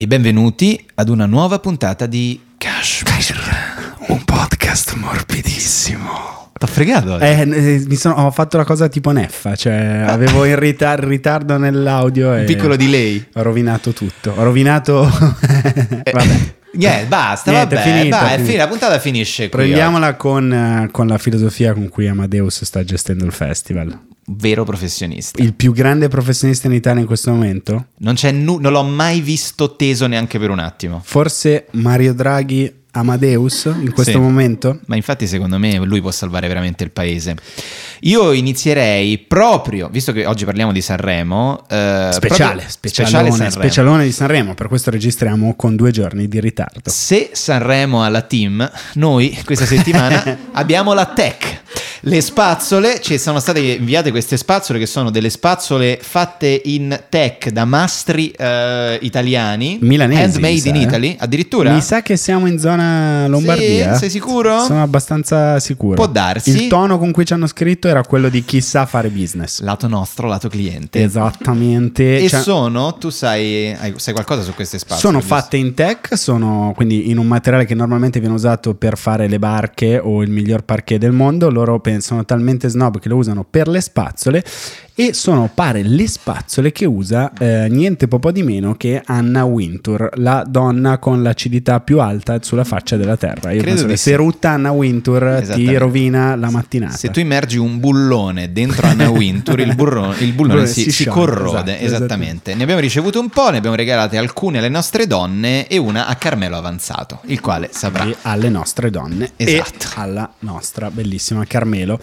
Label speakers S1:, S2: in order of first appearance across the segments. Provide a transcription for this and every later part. S1: E benvenuti ad una nuova puntata di
S2: Cashmere, un podcast morbidissimo.
S1: T'ha fregato oggi?
S2: Eh, eh, mi sono- ho fatto la cosa tipo neffa, cioè avevo il ritar- ritardo nell'audio e
S1: Un piccolo delay.
S2: ho rovinato tutto. Ho rovinato...
S1: Eh,
S2: Vabbè.
S1: niente, basta,
S2: Niente,
S1: vabbè,
S2: è finito,
S1: vai,
S2: è
S1: è
S2: finito.
S1: fin- la puntata finisce qui.
S2: Prendiamola con, eh, con la filosofia con cui Amadeus sta gestendo il festival.
S1: oggi. Vero professionista.
S2: Il più grande professionista in Italia in questo momento?
S1: Non, c'è nu- non l'ho mai visto teso neanche per un attimo.
S2: Forse Mario Draghi Amadeus in questo
S1: Sì.
S2: momento?
S1: Ma infatti secondo me lui può salvare veramente il paese. Io inizierei proprio, visto che oggi parliamo di Sanremo... eh,
S2: Speciale,
S1: proprio-
S2: specialone,
S1: Sanremo.
S2: specialone di Sanremo, per questo registriamo con due giorni di ritardo.
S1: Se Sanremo ha la team, noi questa settimana abbiamo la tech. Le spazzole, ci sono state inviate queste spazzole che sono delle spazzole fatte in tech da mastri eh, italiani,
S2: Milanesi, mi
S1: handmade
S2: sa,
S1: in
S2: eh.
S1: Italy, addirittura.
S2: Mi sa che siamo in zona Lombardia.
S1: Sì? Sei sicuro?
S2: Sono abbastanza sicuro.
S1: Può darsi.
S2: Il tono con cui ci hanno scritto era quello di chissà fare business.
S1: Lato nostro, lato cliente.
S2: Esatto. Esattamente.
S1: E
S2: Cioè,
S1: sono, tu sai, hai- sai qualcosa su queste spazzole?
S2: sono
S1: giusto?
S2: fatte in tech, sono quindi in un materiale che normalmente viene usato per fare le barche o il miglior parquet del mondo. Loro pensano talmente snob che lo usano per le spazzole. E sono pare le spazzole che usa eh, niente po' po' di meno che Anna Wintour, la donna con l'acidità più alta sulla faccia della terra. Io
S1: Credo
S2: penso
S1: di
S2: che
S1: sì.
S2: se rutta Anna Wintour ti
S1: Esattamente.
S2: rovina la mattinata.
S1: Se tu immergi un bullone dentro Anna Wintour, il, burro- il bullone
S2: Bullone
S1: si,
S2: si
S1: si
S2: scioglie,
S1: corrode.
S2: esatto,
S1: esattamente. Ne abbiamo ricevuto un po', ne abbiamo regalate alcune alle nostre donne e una a Carmelo Avanzato, il quale saprà.
S2: e alle nostre donne
S1: Esatto.
S2: e alla nostra bellissima Carmelo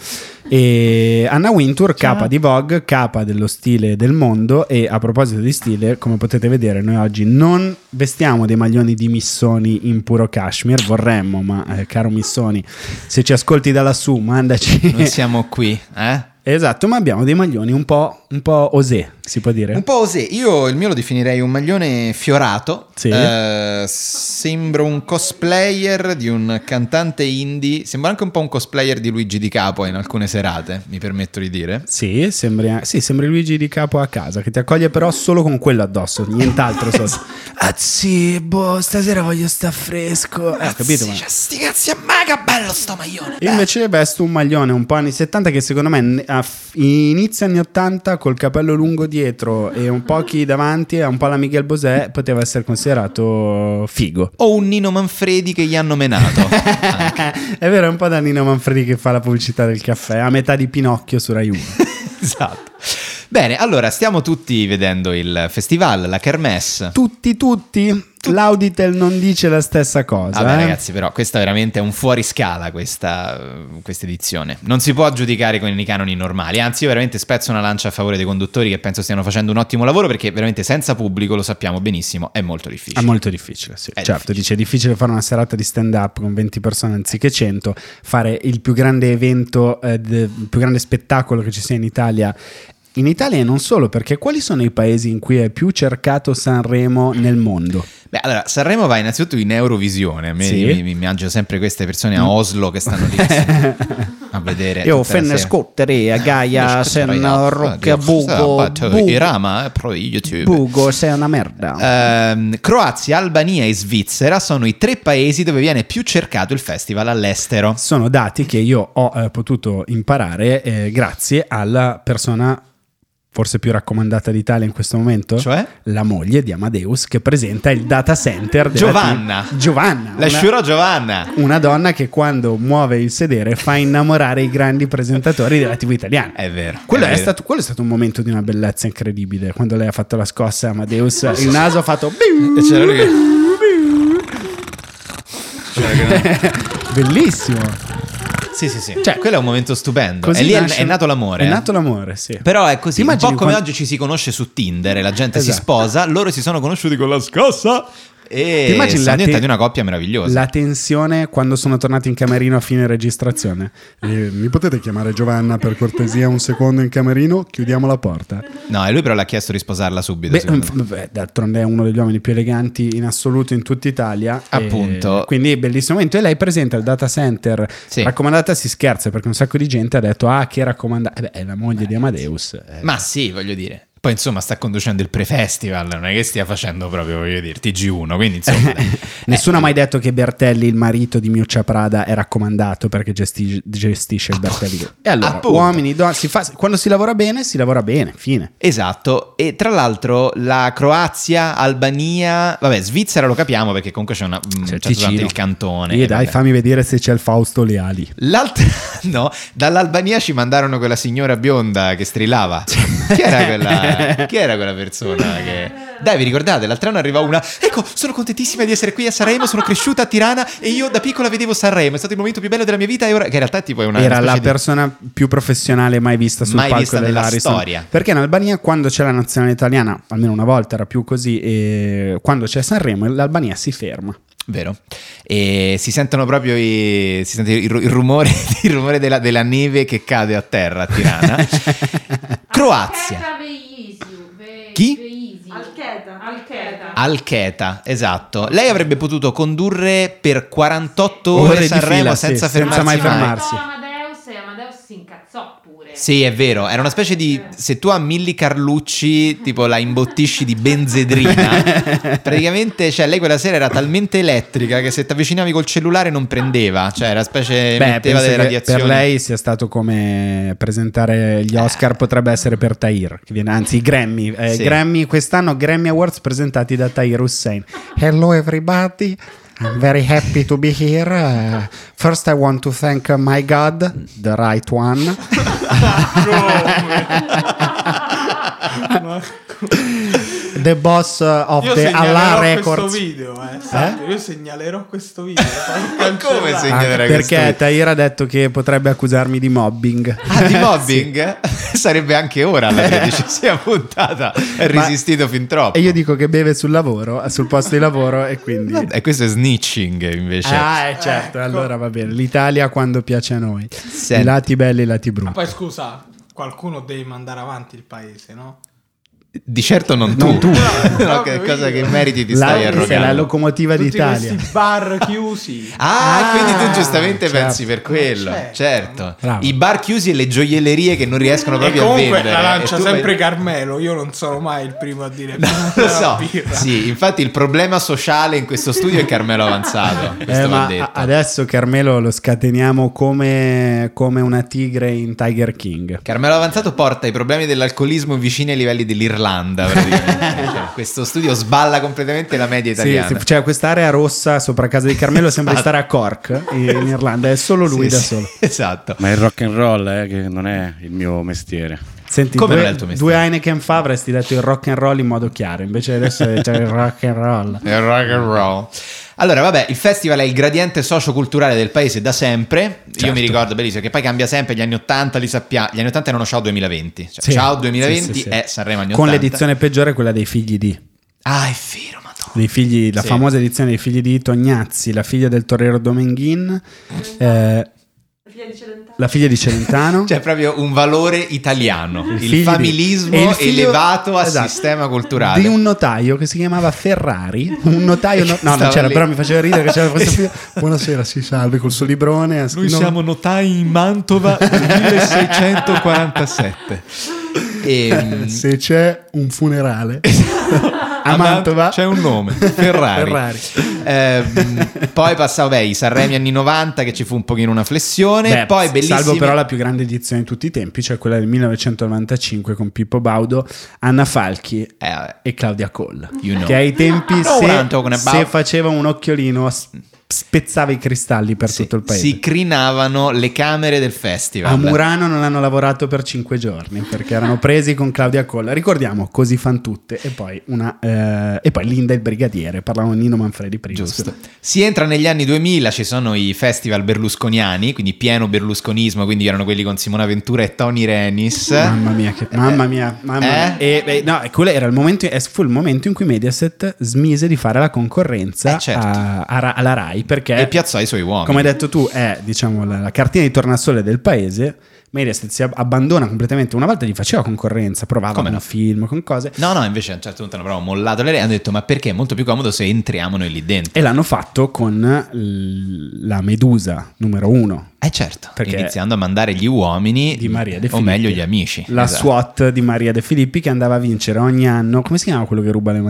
S2: e Anna Wintour capa di Vogue capa dello stile del mondo e a proposito di stile come potete vedere noi oggi non vestiamo dei maglioni di Missoni in puro cashmere vorremmo ma eh, caro Missoni se ci ascolti da lassù
S1: Noi
S2: mandaci
S1: siamo qui, eh?
S2: esatto ma abbiamo dei maglioni un po', un po' osé si può dire
S1: Un po' osè, io il mio lo definirei un maglione fiorato.
S2: Sì.
S1: Eh, sembro un cosplayer di un cantante indie. Sembra anche un po' un cosplayer di Luigi Di Capo in alcune serate, mi permetto di dire.
S2: Sì, sembri, sì, sembri Luigi di capo a casa che ti accoglie però solo con quello addosso, nient'altro sotto. ah sì, boh, stasera voglio sta fresco. Eh, ho capito?
S1: Sì,
S2: ma-
S1: cioè, sti cazzi a maga, bello sto maglione. Eh,
S2: Io invece vesto un maglione un po' anni 70 che secondo me ne- a f- inizio anni 80 col capello lungo dietro e un po' chi davanti, un po' la Miguel Bosè, poteva essere considerato figo.
S1: o un Nino Manfredi che gli hanno menato. Anche.
S2: È vero, è un po' da Nino Manfredi che fa la pubblicità del caffè, a metà di Pinocchio su Rai 1.
S1: esatto. Bene, allora stiamo tutti vedendo il festival, la kermesse.
S2: Tutti, tutti. L'Auditel non dice la stessa cosa.
S1: Vabbè
S2: eh.
S1: ragazzi però questa veramente è un fuori scala questa, eh, questa edizione Non si può giudicare con i canoni normali Anzi io veramente spezzo una lancia a favore dei conduttori Che penso stiano facendo un ottimo lavoro Perché veramente senza pubblico lo sappiamo benissimo È molto
S2: È
S1: difficile
S2: molto difficile, sì.
S1: È
S2: certo,
S1: difficile.
S2: dice è difficile fare una serata di stand up con 20 persone anziché 100, fare il più grande evento, eh, de- il più grande spettacolo che ci sia in Italia. In Italia e non solo, perché quali sono i paesi in cui è più cercato Sanremo nel mondo?
S1: Beh allora Sanremo va innanzitutto in Eurovisione A me-
S2: Sì.
S1: Io mi, mi mangio sempre queste persone a Oslo che stanno lì a vedere
S2: Io
S1: Eh, tutta la
S2: fenne
S1: sera. Eh,
S2: scottere a Gaia,
S1: Scusa,
S2: se
S1: ragazzi,
S2: no rocca
S1: Dio, scusa,
S2: bugo,
S1: faccio
S2: bu-
S1: i rama eh, pro YouTube
S2: bugo, sei una merda.
S1: Ehm, Croazia, Albania e Svizzera sono i tre paesi dove viene più cercato il festival all'estero.
S2: Sono dati che io ho eh, potuto imparare eh, grazie alla persona forse più raccomandata d'Italia in questo momento,
S1: Cioè?
S2: la moglie di Amadeus che presenta il data center della
S1: Giovanna.
S2: team- Giovanna
S1: La
S2: una,
S1: sciuro Giovanna.
S2: una donna che quando muove il sedere fa innamorare i grandi presentatori della TV italiana
S1: È vero.
S2: quello è,
S1: vero.
S2: stato, quello è stato un momento di una bellezza incredibile quando lei ha fatto la scossa a Amadeus il naso ha fatto
S1: E c'era lui che- C'era che non-
S2: bellissimo
S1: Sì, sì, sì.
S2: Cioè,
S1: Cioè, quello è un momento stupendo.
S2: Così
S1: E lì è-
S2: nasce-
S1: è nato l'amore.
S2: è
S1: eh.
S2: nato l'amore sì
S1: Però è così,
S2: Ti
S1: un po'
S2: immagini
S1: come
S2: quando-
S1: oggi ci si conosce su Tinder e la gente si
S2: Esatto.
S1: sposa, loro si sono conosciuti con la scossa
S2: Ti
S1: e
S2: immagini
S1: sono
S2: la te-
S1: diventati una coppia meravigliosa.
S2: La tensione quando sono tornati in camerino a fine registrazione. Eh, mi potete chiamare Giovanna per cortesia un secondo in camerino? Chiudiamo la porta.
S1: No, e lui però l'ha chiesto di sposarla subito.
S2: Beh, mm,
S1: secondo me.
S2: inf- beh, d'altronde è uno degli uomini più eleganti in assoluto in tutta Italia. E
S1: Appunto.
S2: quindi bellissimo momento. E lei presenta il data center.
S1: Sì.
S2: Raccomandata si scherza perché un sacco di gente ha detto ah che raccomandata. Eh beh, è la moglie di Amadeus. eh.
S1: Ma sì, voglio dire. Poi insomma sta conducendo il pre-festival, non è che stia facendo proprio, voglio dire, TG1, quindi insomma... dai.
S2: Nessuno ha mai detto che Bertelli, il marito di Miuccia Prada, è raccomandato perché gesti- gestisce il Bertelli. Group. E allora,
S1: Appunto.
S2: uomini, donne, si fa- quando si lavora bene, si lavora bene, fine.
S1: Esatto, e tra l'altro la Croazia, Albania, vabbè, Svizzera lo capiamo perché comunque c'è una... mm, c'è soltanto il cantone. eh,
S2: Sì,
S1: e
S2: dai,
S1: vabbè.
S2: fammi vedere se c'è il Fausto Leali.
S1: L'altro no, dall'Albania ci mandarono quella signora bionda che strillava. Chi era quella, chi era quella persona? Che... Dai, vi ricordate? L'altro anno arriva una. Ecco, sono contentissima di essere qui a Sanremo. Sono cresciuta a Tirana e io da piccola vedevo Sanremo. È stato il momento più bello della mia vita. E ora, che in realtà è tipo è una.
S2: Era
S1: specie
S2: la
S1: di-
S2: persona più professionale mai vista sul
S1: Mai
S2: palco
S1: vista nella
S2: dell'Ariston.
S1: storia.
S2: Perché in Albania, quando c'è la nazionale italiana, almeno una volta era più così, e quando c'è Sanremo, l'Albania si ferma.
S1: Vero. E si sentono proprio i- si sente il, ru- il rumore, il rumore della, della neve che cade a terra a Tirana. Croazia.
S3: Alcheta Veisiu. Ve-
S1: Chi? Ah,
S3: Veisiu.
S4: Alcheta.
S3: Alcheta.
S1: Alcheta, esatto. Lei avrebbe potuto condurre per 48
S2: Ore
S1: ore,
S2: di
S1: Sanremo
S2: fila, sì,
S1: senza
S2: senza
S1: fermarsi
S2: mai fermarsi.
S3: Amadeus e Amadeus si incazzò pure.
S1: Sì, è vero, era una specie di se tu a Milli Carlucci tipo la imbottisci di benzedrina, praticamente cioè lei quella sera era talmente elettrica che se ti avvicinavi col cellulare non prendeva, cioè era specie
S2: Beh,
S1: metteva
S2: penso
S1: delle
S2: che
S1: radiazioni.
S2: per lei sia stato come presentare gli Oscar, potrebbe essere per Tahir, che viene, anzi i Grammy, eh,
S1: Sì.
S2: Grammy quest'anno Grammy Awards presentati da Tahir Hussein. Hello everybody, I'm very happy to be here. Uh, first I want to thank uh, my God, the right one. The boss uh, of
S5: Io
S2: the Allah
S5: segnalerò questo
S2: Records.
S5: video, eh, sappi, Io segnalerò questo video. lo farò
S1: Come
S5: cancellare.
S1: segnalerò?
S2: Ah,
S1: Signora,
S2: perché
S1: questo-
S2: Tahir ha detto che potrebbe accusarmi di mobbing.
S1: Ah, di mobbing? Sarebbe anche ora alla tredicesima puntata. È
S2: Ma-
S1: resistito fin troppo.
S2: E io dico che beve sul lavoro, sul posto di lavoro e quindi...
S1: E questo è snitching invece.
S2: Ah, eh, certo,
S5: Ecco.
S2: allora va bene. L'Italia quando piace a noi.
S1: Senti.
S2: I lati belli e i lati
S1: Ah,
S2: brutti.
S5: Poi scusa, qualcuno deve mandare avanti il paese, no?
S1: Di certo non tu.
S2: Non tu.
S1: No, che
S5: Proprio
S1: cosa
S5: io.
S1: che meriti ti
S2: La-
S1: stai
S2: sei la
S1: arrogando.
S2: locomotiva
S5: Tutti
S2: d'Italia.
S5: questi bar chiusi.
S1: Ah,
S2: Ah,
S1: quindi tu giustamente
S2: certo.
S1: pensi per quello,
S5: Certo.
S1: certo.
S2: Bravo. Eh,
S1: I bar chiusi e le gioiellerie che non riescono
S5: E
S1: proprio a
S5: comunque
S1: vendere. eh.
S5: la lancia
S1: E tu vai-
S5: sempre Carmelo, io non sono mai il primo a dire
S1: No, lo so.
S5: "Birra".
S1: Sì, infatti il problema sociale in questo studio è Carmelo Avanzato.
S2: Eh,
S1: Questo va
S2: ma
S1: detto.
S2: a- adesso Carmelo lo scateniamo come, come una tigre in Tiger King.
S1: Carmelo Avanzato porta i problemi dell'alcolismo vicini ai livelli dell'Irlanda. praticamente. Cioè, questo studio sballa completamente la media
S2: Sì,
S1: italiana. Esatto.
S2: sì, cioè quest'area rossa sopra casa di Carmelo sembra di stare a Cork in Irlanda, è solo lui
S1: Sì,
S2: da
S1: sì,
S2: solo.
S1: Esatto.
S6: Ma il rock and roll, eh, che non è il mio mestiere.
S2: Senti,
S1: Come non è
S2: due,
S1: il tuo mestiere?
S2: due Heineken fa avresti detto il rock and roll in modo chiaro, invece adesso c'è il rock and roll.
S1: Il rock and roll. Allora, vabbè, il festival è il gradiente socioculturale del paese da sempre. Io
S2: Certo.
S1: mi ricordo benissimo che poi cambia sempre gli anni 80, li sappiamo. Gli anni 80 erano ciao 2020. Cioè,
S2: Sì.
S1: Ciao 2020
S2: Sì, sì, sì.
S1: è Sanremo anni 80.
S2: Con l'edizione peggiore, quella dei figli di.
S1: Ah, è vero, madonna.
S2: dei figli, la
S1: Sì.
S2: famosa edizione dei figli di Tognazzi, la figlia del torero Domenghin, eh,
S4: Figlia di Celentano.
S2: la figlia di Celentano.
S1: C'è proprio un valore italiano, il,
S2: figlio di-
S1: familismo
S2: e il figlio-
S1: elevato al
S2: esatto,
S1: sistema culturale.
S2: di un notaio che si chiamava Ferrari un notaio no, no, non
S1: Stava
S2: c'era
S1: lì.
S2: però mi faceva ridere che c'era questo figlio buonasera si salve col suo librone a-
S1: Noi
S2: no.
S1: siamo notai in Mantova del 1647. Ehm,
S2: se c'è un funerale a Mantova
S1: Esatto. c'è un nome, Ferrari.
S2: Ferrari.
S1: Ehm, poi passavo, beh, i Sanremi anni 90 che ci fu un pochino una flessione,
S2: Beh,
S1: poi bellissimi
S2: Salvo però la più grande edizione di tutti i tempi, cioè quella del 1995 con Pippo Baudo, Anna Falchi
S1: Eh,
S2: e Claudia Coll.
S1: You know.
S2: Che ai tempi,
S1: Ah, No, what I'm talking
S2: se,
S1: about.
S2: se faceva un occhiolino, s- spezzava i cristalli per
S1: si,
S2: tutto il paese.
S1: si crinavano le camere del festival.
S2: A Murano non hanno lavorato per cinque giorni perché erano presi con Claudia Coll. Ricordiamo, così fan tutte. E poi, una, eh, e poi Linda il brigadiere. Parlavano di Nino Manfredi prima.
S1: Giusto. Si entra negli anni 2000, ci sono i festival berlusconiani, quindi pieno berlusconismo, quindi erano quelli con Simona Ventura e Tony Renis.
S2: Mamma mia, che, mamma mia, mamma mia.
S1: Eh?
S2: E, e- no, e quello era il momento, eh, fu il momento in cui Mediaset smise di fare la concorrenza
S1: Eh, certo.
S2: a- a Ra- alla Rai perché
S1: E piazzò i suoi uomini.
S2: Come hai detto tu, è diciamo la, la cartina di tornasole del paese. Mediaset si ab- abbandona completamente. Una volta gli faceva concorrenza, provava
S1: Come
S2: con
S1: no?
S2: film, con cose.
S1: No, no, invece a un certo punto hanno proprio mollato le idee, hanno detto ma perché è molto più comodo se entriamo noi lì dentro.
S2: E l'hanno fatto con l- la Medusa numero uno.
S1: Eh certo,
S2: Perché-
S1: iniziando a mandare gli uomini,
S2: Di Maria De
S1: o
S2: Filippi.
S1: meglio gli amici.
S2: La
S1: Esatto.
S2: SWAT di Maria De Filippi che andava a vincere ogni anno. Come si chiama quello che ruba le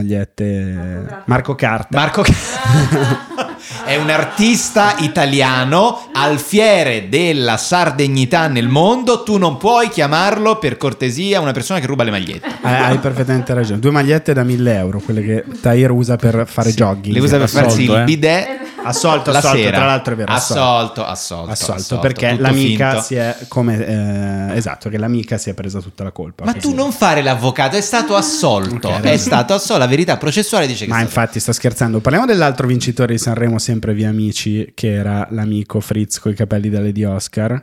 S2: magliette? Marco Carta.
S1: Marco Ca- è un artista italiano, alfiere della sardegnità nel mondo, tu non puoi chiamarlo per cortesia una persona che ruba le magliette.
S2: Hai Eh, hai perfettamente ragione. Due magliette da 1000 euro, quelle che Tahir usa per fare jogging.
S1: Le usa per
S6: assolto,
S1: farsi il
S6: eh.
S1: bidet
S2: Assolto,
S1: la
S2: assolto,
S1: sera.
S2: tra l'altro è vero,
S1: Assolto, assolto,
S2: assolto,
S1: assolto,
S2: perché
S1: tutto
S2: l'amica
S1: finto.
S2: si è come eh, esatto che l'amica si è presa tutta la colpa
S1: Ma
S2: Così.
S1: tu non fare l'avvocato, è stato assolto.
S2: Ok,
S1: è
S2: adesso-
S1: stato assolto, la verità processuale dice che
S2: ma
S1: è stato-
S2: infatti sto scherzando parliamo dell'altro vincitore di Sanremo sempre via amici che era l'amico Fritz con i capelli dalle di Oscar in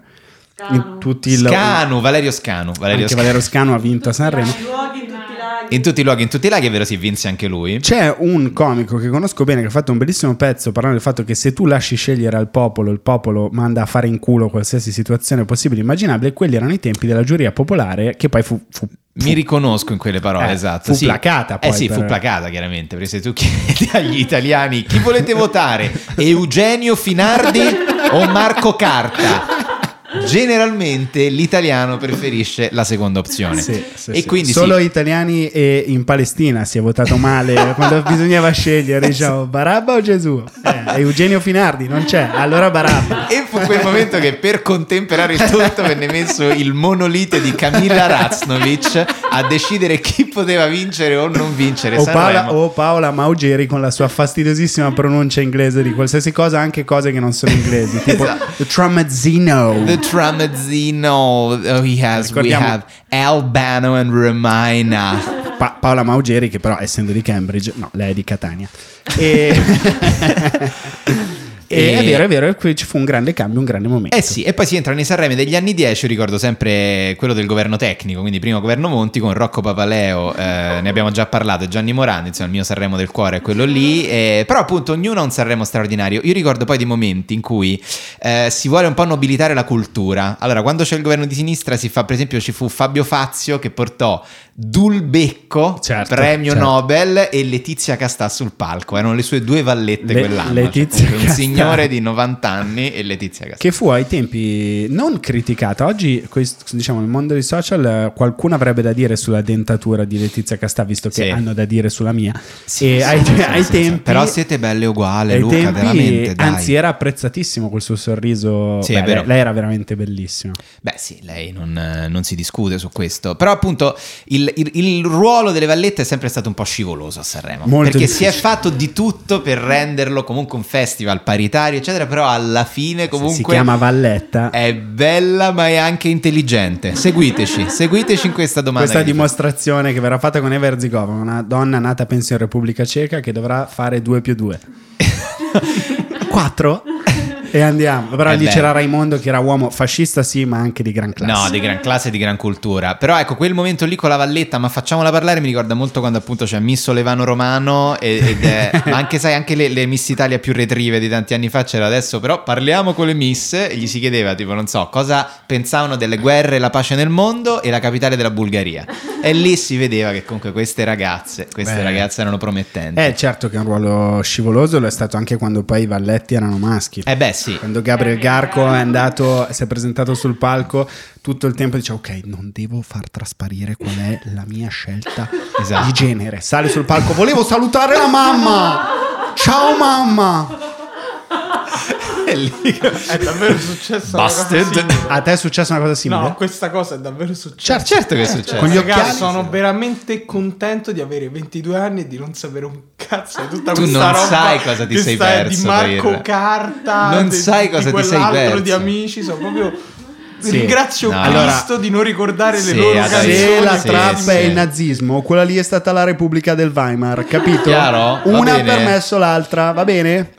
S4: Scanu.
S2: tutti il
S1: Scanu, Valerio Scanu, Valerio
S2: anche
S1: Scanu.
S2: Valerio Scanu ha vinto a Sanremo
S4: Tutti i luoghi, in
S3: Ah.
S4: tutti i laghi.
S1: In tutti i luoghi, in tutti i laghi, è vero, si vinse anche lui.
S2: C'è un comico che conosco bene che ha fatto un bellissimo pezzo parlando del fatto che se tu lasci scegliere al popolo, il popolo manda a fare in culo qualsiasi situazione possibile e immaginabile. Quelli erano i tempi della giuria popolare che poi fu. fu-
S1: Mi riconosco in quelle parole,
S2: Eh,
S1: esatto.
S2: fu
S1: sì.
S2: placata poi
S1: Eh sì,
S2: per-
S1: fu placata chiaramente, perché se tu chiedi agli italiani chi volete votare, Eugenio Finardi o Marco Carta, generalmente l'italiano preferisce la seconda opzione.
S2: Sì, sì,
S1: e
S2: sì.
S1: quindi sì.
S2: Solo italiani e in Palestina si è votato male quando bisognava scegliere, diciamo, Barabba o Gesù? Eh, Eugenio Finardi non c'è, allora Barabba.
S1: E fu quel momento che per contemperare il tutto venne messo il monolite di Camilla Raznovic a decidere chi poteva vincere o non vincere.
S2: O
S1: Sanremo.
S2: Paola, o Paola Maugeri con la sua fastidiosissima pronuncia inglese di qualsiasi cosa, anche cose che non sono inglesi, tipo
S1: Esatto.
S2: Tramazzino.
S1: The Tramazzino, oh, he has, we
S2: Ricordiamo-
S1: have Albano and Romina.
S2: Pa- Paola Maugeri, che però essendo di Cambridge, no, lei è di Catania. E... E è vero, è vero, qui ci fu un grande cambio, un grande momento.
S1: Eh sì, e poi si entra nei Sanremo degli anni 10, io ricordo sempre quello del governo tecnico, quindi primo governo Monti con Rocco Papaleo, eh, ne abbiamo già parlato, e Gianni Morandi, insomma il mio Sanremo del cuore è quello lì, eh, però appunto ognuno ha un Sanremo straordinario. Io ricordo poi dei momenti in cui eh, si vuole un po' nobilitare la cultura. Allora, quando c'è il governo di sinistra si fa, per esempio, ci fu Fabio Fazio che portò Dulbecco,
S2: Certo,
S1: premio
S2: certo.
S1: Nobel, e Letizia Castà sul palco. Erano le sue due vallette
S2: Le-
S1: quell'anno.
S2: Letizia
S1: cioè, un
S2: Castà.
S1: signore di 90 anni e Letizia Castà.
S2: Che fu ai tempi non criticata. Oggi, questo, diciamo, nel mondo dei social, eh, qualcuno avrebbe da dire sulla dentatura di Letizia Castà, visto che
S1: Sì.
S2: hanno da dire sulla mia.
S1: Sì,
S2: e
S1: sì,
S2: ai,
S1: sì, sì,
S2: ai
S1: sì,
S2: tempi.
S1: sì. Però siete belle uguali,
S2: ai
S1: Luca,
S2: tempi,
S1: veramente, dai.
S2: Anzi, eh. era apprezzatissimo quel suo sorriso.
S1: Sì, è
S2: Beh,
S1: vero.
S2: lei, lei era veramente bellissima.
S1: Beh sì, lei non, eh, non si discute su questo, però appunto il, il- il ruolo delle vallette è sempre stato un po' scivoloso a Sanremo,
S2: Molto
S1: perché
S2: difficile.
S1: si è fatto di tutto per renderlo comunque un festival paritario, eccetera, però alla fine comunque...
S2: si chiama Valletta.
S1: È bella ma è anche intelligente. Seguiteci, seguiteci in questa domanda.
S2: Questa
S1: che vi
S2: dimostrazione che verrà fatta con Eva Erzigova, una donna nata penso in Repubblica Ceca che dovrà fare 2 più 2. 4 e andiamo. Però
S1: Eh
S2: lì
S1: beh.
S2: c'era Raimondo che era uomo fascista sì, ma anche di gran classe.
S1: No, di gran classe e di gran cultura. Però ecco, quel momento lì con la valletta, ma facciamola parlare, mi ricorda molto quando appunto c'è Miss Olevano Romano, e- ed è- ma anche sai, anche le, le Miss Italia più retrive di tanti anni fa c'era adesso, però parliamo con le Miss e gli si chiedeva tipo, non so, cosa pensavano delle guerre e la pace nel mondo e la capitale della Bulgaria. E lì si vedeva che comunque queste ragazze, queste
S2: Beh.
S1: ragazze erano promettenti.
S2: Eh, certo che è un ruolo scivoloso, lo è stato anche quando poi i Valletti erano maschi.
S1: Eh beh sì,
S2: Quando Gabriel Garco è andato, si è presentato sul palco, tutto il tempo diceva ok, non devo far trasparire qual è la mia scelta
S1: Esatto.
S2: di genere. Sale sul palco, volevo salutare la mamma! Ciao mamma!
S1: è lì
S5: È davvero successo. una cosa
S1: Busted.
S5: simile?
S2: A te è successa una cosa simile?
S5: No, questa cosa è davvero successa.
S1: Certo, certo che è successo.
S2: Con gli
S5: Cioè, Ragazzi,
S2: occhiali-
S5: sono veramente contento di avere 22 anni e di non sapere un cazzo di tutta
S1: Tu
S5: questa
S1: non
S5: roba
S1: sai cosa ti
S5: di
S1: sei
S5: sta-
S1: perso,
S5: di Marco
S1: Tahir.
S5: Carta
S1: Non
S5: di-
S1: sai cosa
S5: di
S1: ti sei
S5: quell'altro
S1: perso.
S5: di amici sono proprio
S2: Sì.
S5: ringrazio
S1: No.
S5: Cristo di non ricordare
S1: Sì,
S5: le loro
S1: adesso-
S5: canzoni
S2: Se la
S1: Sì,
S2: trappa
S1: sì.
S2: è il nazismo, quella lì è stata la Repubblica del Weimar, capito?
S1: Chiaro? Va
S2: Una ha
S1: bene. Mm.
S2: permesso l'altra, va bene?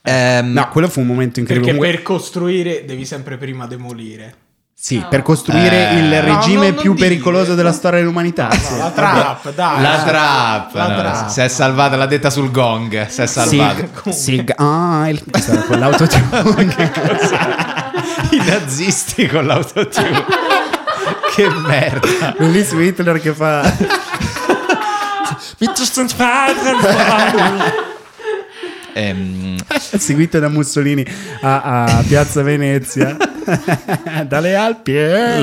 S1: Ehm,
S2: No, quello fu un momento incredibile.
S5: perché
S2: Comunque-
S5: per costruire devi sempre prima demolire
S2: Sì,
S3: No.
S2: per costruire
S1: Eh.
S2: il
S1: No,
S2: regime
S5: non- non
S2: più
S5: dire.
S2: pericoloso della storia dell'umanità.
S5: No, la trap, dai. eh.
S1: La trap,
S5: La
S1: no,
S5: trap.
S1: si è salvata, l'ha detta sul gong, si è salvata.
S2: Sig, sig, ah, il, questo era con l'autotune.
S1: I nazisti con l'autotune. che merda.
S2: Bellissimo Hitler che fa...
S1: Ehm,
S2: seguito da Mussolini a, a Piazza Venezia. Dalle Alpi. eh.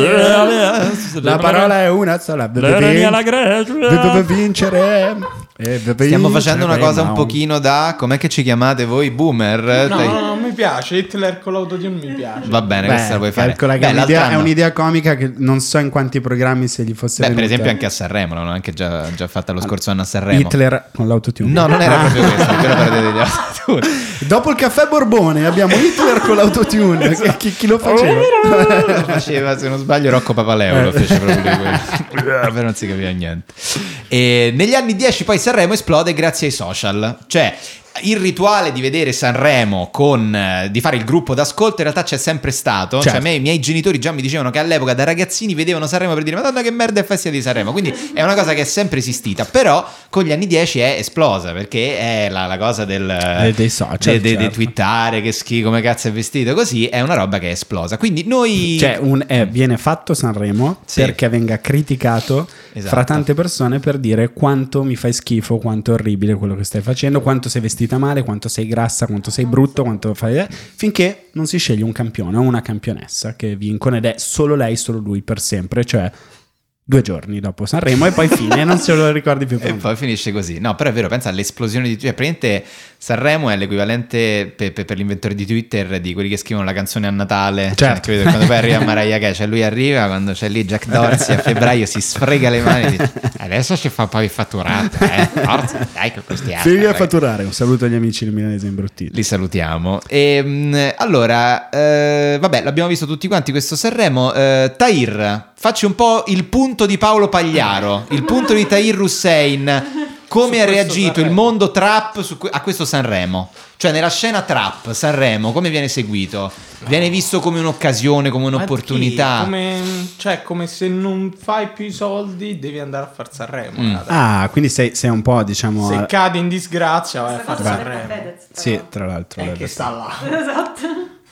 S2: La parola è una sola. Deve vincere. Eh, deve
S1: stiamo
S2: vincere,
S1: facendo una cosa
S2: ma
S1: un pochino da... Com'è che ci chiamate voi? Boomer?
S5: No,
S1: Dai.
S5: no, non mi piace. Hitler con l'autotune mi piace.
S1: Va bene,
S2: Beh,
S1: questa la puoi fare.
S2: calcola che
S1: Beh,
S2: è,
S1: l'altro
S2: un'idea, è
S1: anno-
S2: un'idea comica che non so in quanti programmi se gli fosse
S1: Beh, per
S2: venuta.
S1: esempio anche a Sanremo, l'hanno anche già, già fatta lo scorso anno a Sanremo.
S2: Hitler con l'autotune.
S1: No, non era
S2: Ah.
S1: proprio questo, però perdete gli altri.
S2: Dopo il caffè Borbone abbiamo Hitler con l'autotune.
S1: Esatto.
S2: chi, chi lo
S1: Oh,
S2: faceva?
S1: lo faceva se non sbaglio Rocco Papaleo lo fece proprio lui
S2: Eh.
S1: quello. però non si capiva niente e negli anni 10 poi Sanremo esplode grazie ai social cioè il rituale di vedere Sanremo con eh, di fare il gruppo d'ascolto in realtà c'è sempre stato cioè
S2: Certo.
S1: a me i miei genitori già mi dicevano che all'epoca da ragazzini vedevano Sanremo per dire madonna che merda è festa di Sanremo quindi è una cosa che è sempre esistita però con gli anni 10 è esplosa perché è la, la cosa del
S2: Eh, dei social,
S1: de- de- dei
S2: certo.
S1: twittare che schifo come cazzo è vestito così è una roba che è esplosa quindi noi
S2: Cioè, un- eh, viene fatto Sanremo
S1: Sì.
S2: perché venga criticato
S1: Esatto.
S2: fra tante persone per dire quanto mi fai schifo, quanto è orribile quello che stai facendo, quanto sei vestita male, quanto sei grassa, quanto sei brutto, quanto fai. eh, Finché non si sceglie un campione o una campionessa che vincono ed è solo lei, solo lui per sempre, cioè due giorni dopo Sanremo e poi fine, non se lo ricordi più. per
S1: E
S2: un po'.
S1: poi finisce così. No, però è vero, pensa all'esplosione di Twitter. Cioè, praticamente Sanremo è l'equivalente pe- pe- per l'inventore di Twitter di quelli che scrivono la canzone a Natale. Cioè,
S2: Certo.
S1: capito? quando poi arriva Mariah Carey, cioè lui arriva, quando c'è lì Jack Dorsey a febbraio si sfrega le mani e dice adesso ci fa un po' di fatturato, eh? Forza, dai che questi altri,
S2: Figli a
S1: ragazzi."
S2: fatturare, un saluto agli amici del Milanese imbruttiti.
S1: Li salutiamo. E, mh, allora, eh, vabbè, l'abbiamo visto tutti quanti questo Sanremo. Eh, Tahir, facci un po' il punto di Paolo Pagliaro, il punto di Tahir Hussein. Come
S5: Su
S1: ha
S5: questo
S1: reagito il
S5: Sanremo.
S1: mondo trap su que- a questo Sanremo? Cioè, nella scena trap, Sanremo, come viene seguito? Viene visto come un'occasione, come
S5: Ma
S1: un'opportunità?
S5: chi? Come, cioè, come se non fai più i soldi, devi andare a far Sanremo.
S1: Mm.
S5: guarda.
S2: Ah, quindi sei, sei un po', diciamo...
S5: Se
S2: a-
S5: cadi in disgrazia, vai a
S3: Questa
S5: far
S3: cosa l'ha detto
S5: Sanremo.
S3: Fedez, però.
S2: Sì, tra l'altro.
S5: Eh,
S2: l'ho
S5: che
S2: detto.
S5: sta là.
S3: Esatto.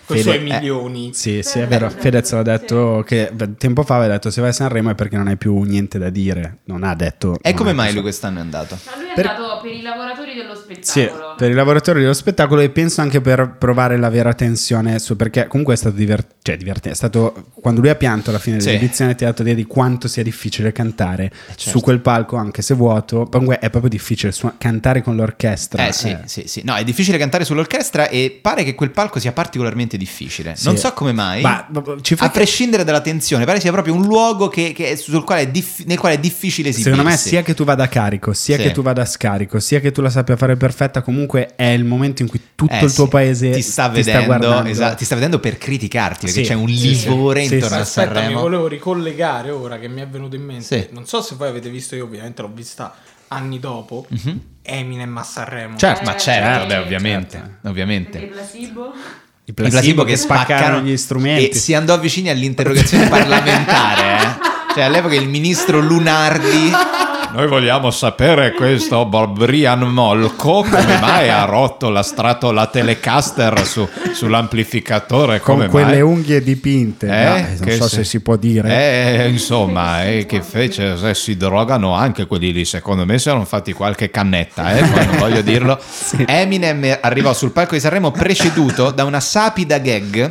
S5: Con i
S2: Fede-
S5: suoi
S1: eh,
S5: milioni.
S2: Sì, sì, è
S3: Fedez
S2: vero.
S3: l'ha
S2: Fedez l'ha detto
S3: detto,
S2: che tempo fa aveva detto se vai a Sanremo è perché non hai più niente da dire. Non ha detto...
S1: E
S2: non
S1: come
S2: ha
S1: mai
S2: detto-
S1: lui quest'anno è andato?
S3: Ma Cioè, lui è
S2: Per-
S3: andato per i lavoratori dello
S2: Sì,
S3: spettacolo.
S2: per i lavoratori dello spettacolo e penso anche per provare la vera tensione su perché comunque è stato divertente, cioè divertente, è stato quando lui ha pianto alla fine
S1: Sì.
S2: dell'edizione teatro di quanto sia difficile cantare
S1: certo.
S2: su quel palco anche se vuoto, comunque è proprio difficile suon- cantare con l'orchestra.
S1: Eh sì,
S2: eh.
S1: sì, sì. No, è difficile cantare sull'orchestra e pare che quel palco sia particolarmente difficile. Non
S2: Sì.
S1: so come mai.
S2: Ma, ma- ma ci
S1: a
S2: fai
S1: prescindere dalla tensione, pare sia proprio un luogo che, che è- sul quale è diff- nel quale è difficile esibirsi.
S2: Secondo me sia che tu vada a carico, sia
S1: Sì.
S2: che tu vada a scarico, sia che tu la sappia fare perfetta, comunque è il momento in cui tutto
S1: Eh,
S2: il tuo
S1: sì.
S2: paese
S1: ti sta vedendo,
S2: guardando.
S1: esatto, ti sta vedendo per criticarti perché
S2: Sì,
S1: c'è un
S2: sì,
S1: livore
S2: sì. Sì,
S1: intorno
S2: sì.
S1: a
S5: Aspetta, mi
S1: Sanremo.
S5: volevo ricollegare ora che mi è venuto in mente.
S1: Sì.
S5: Non so se voi avete visto, io ovviamente l'ho vista anni dopo.
S1: Mhm.
S5: Eminem a Sanremo.
S2: Certo.
S1: Ma
S3: Eh,
S1: certo,
S3: certo.
S1: vabbè, ovviamente,
S2: Certo.
S1: ovviamente.
S3: Perché placebo?
S2: I
S1: I placebo che spaccano
S2: gli strumenti.
S1: e si andò vicini all'interrogazione parlamentare. eh. Cioè, all'epoca il ministro Lunardi. Noi vogliamo sapere questo Brian Molco come mai ha rotto la, strato, la telecaster sull'amplificatore
S2: Con quelle unghie dipinte, no? non
S1: Eh? che
S2: so
S1: se-
S2: se si può dire.
S1: Eh, insomma, eh, che fece, se si drogano anche quelli lì, secondo me si erano fatti qualche cannetta, eh, poi non voglio dirlo. Eminem arrivò sul palco di Sanremo preceduto da una sapida gag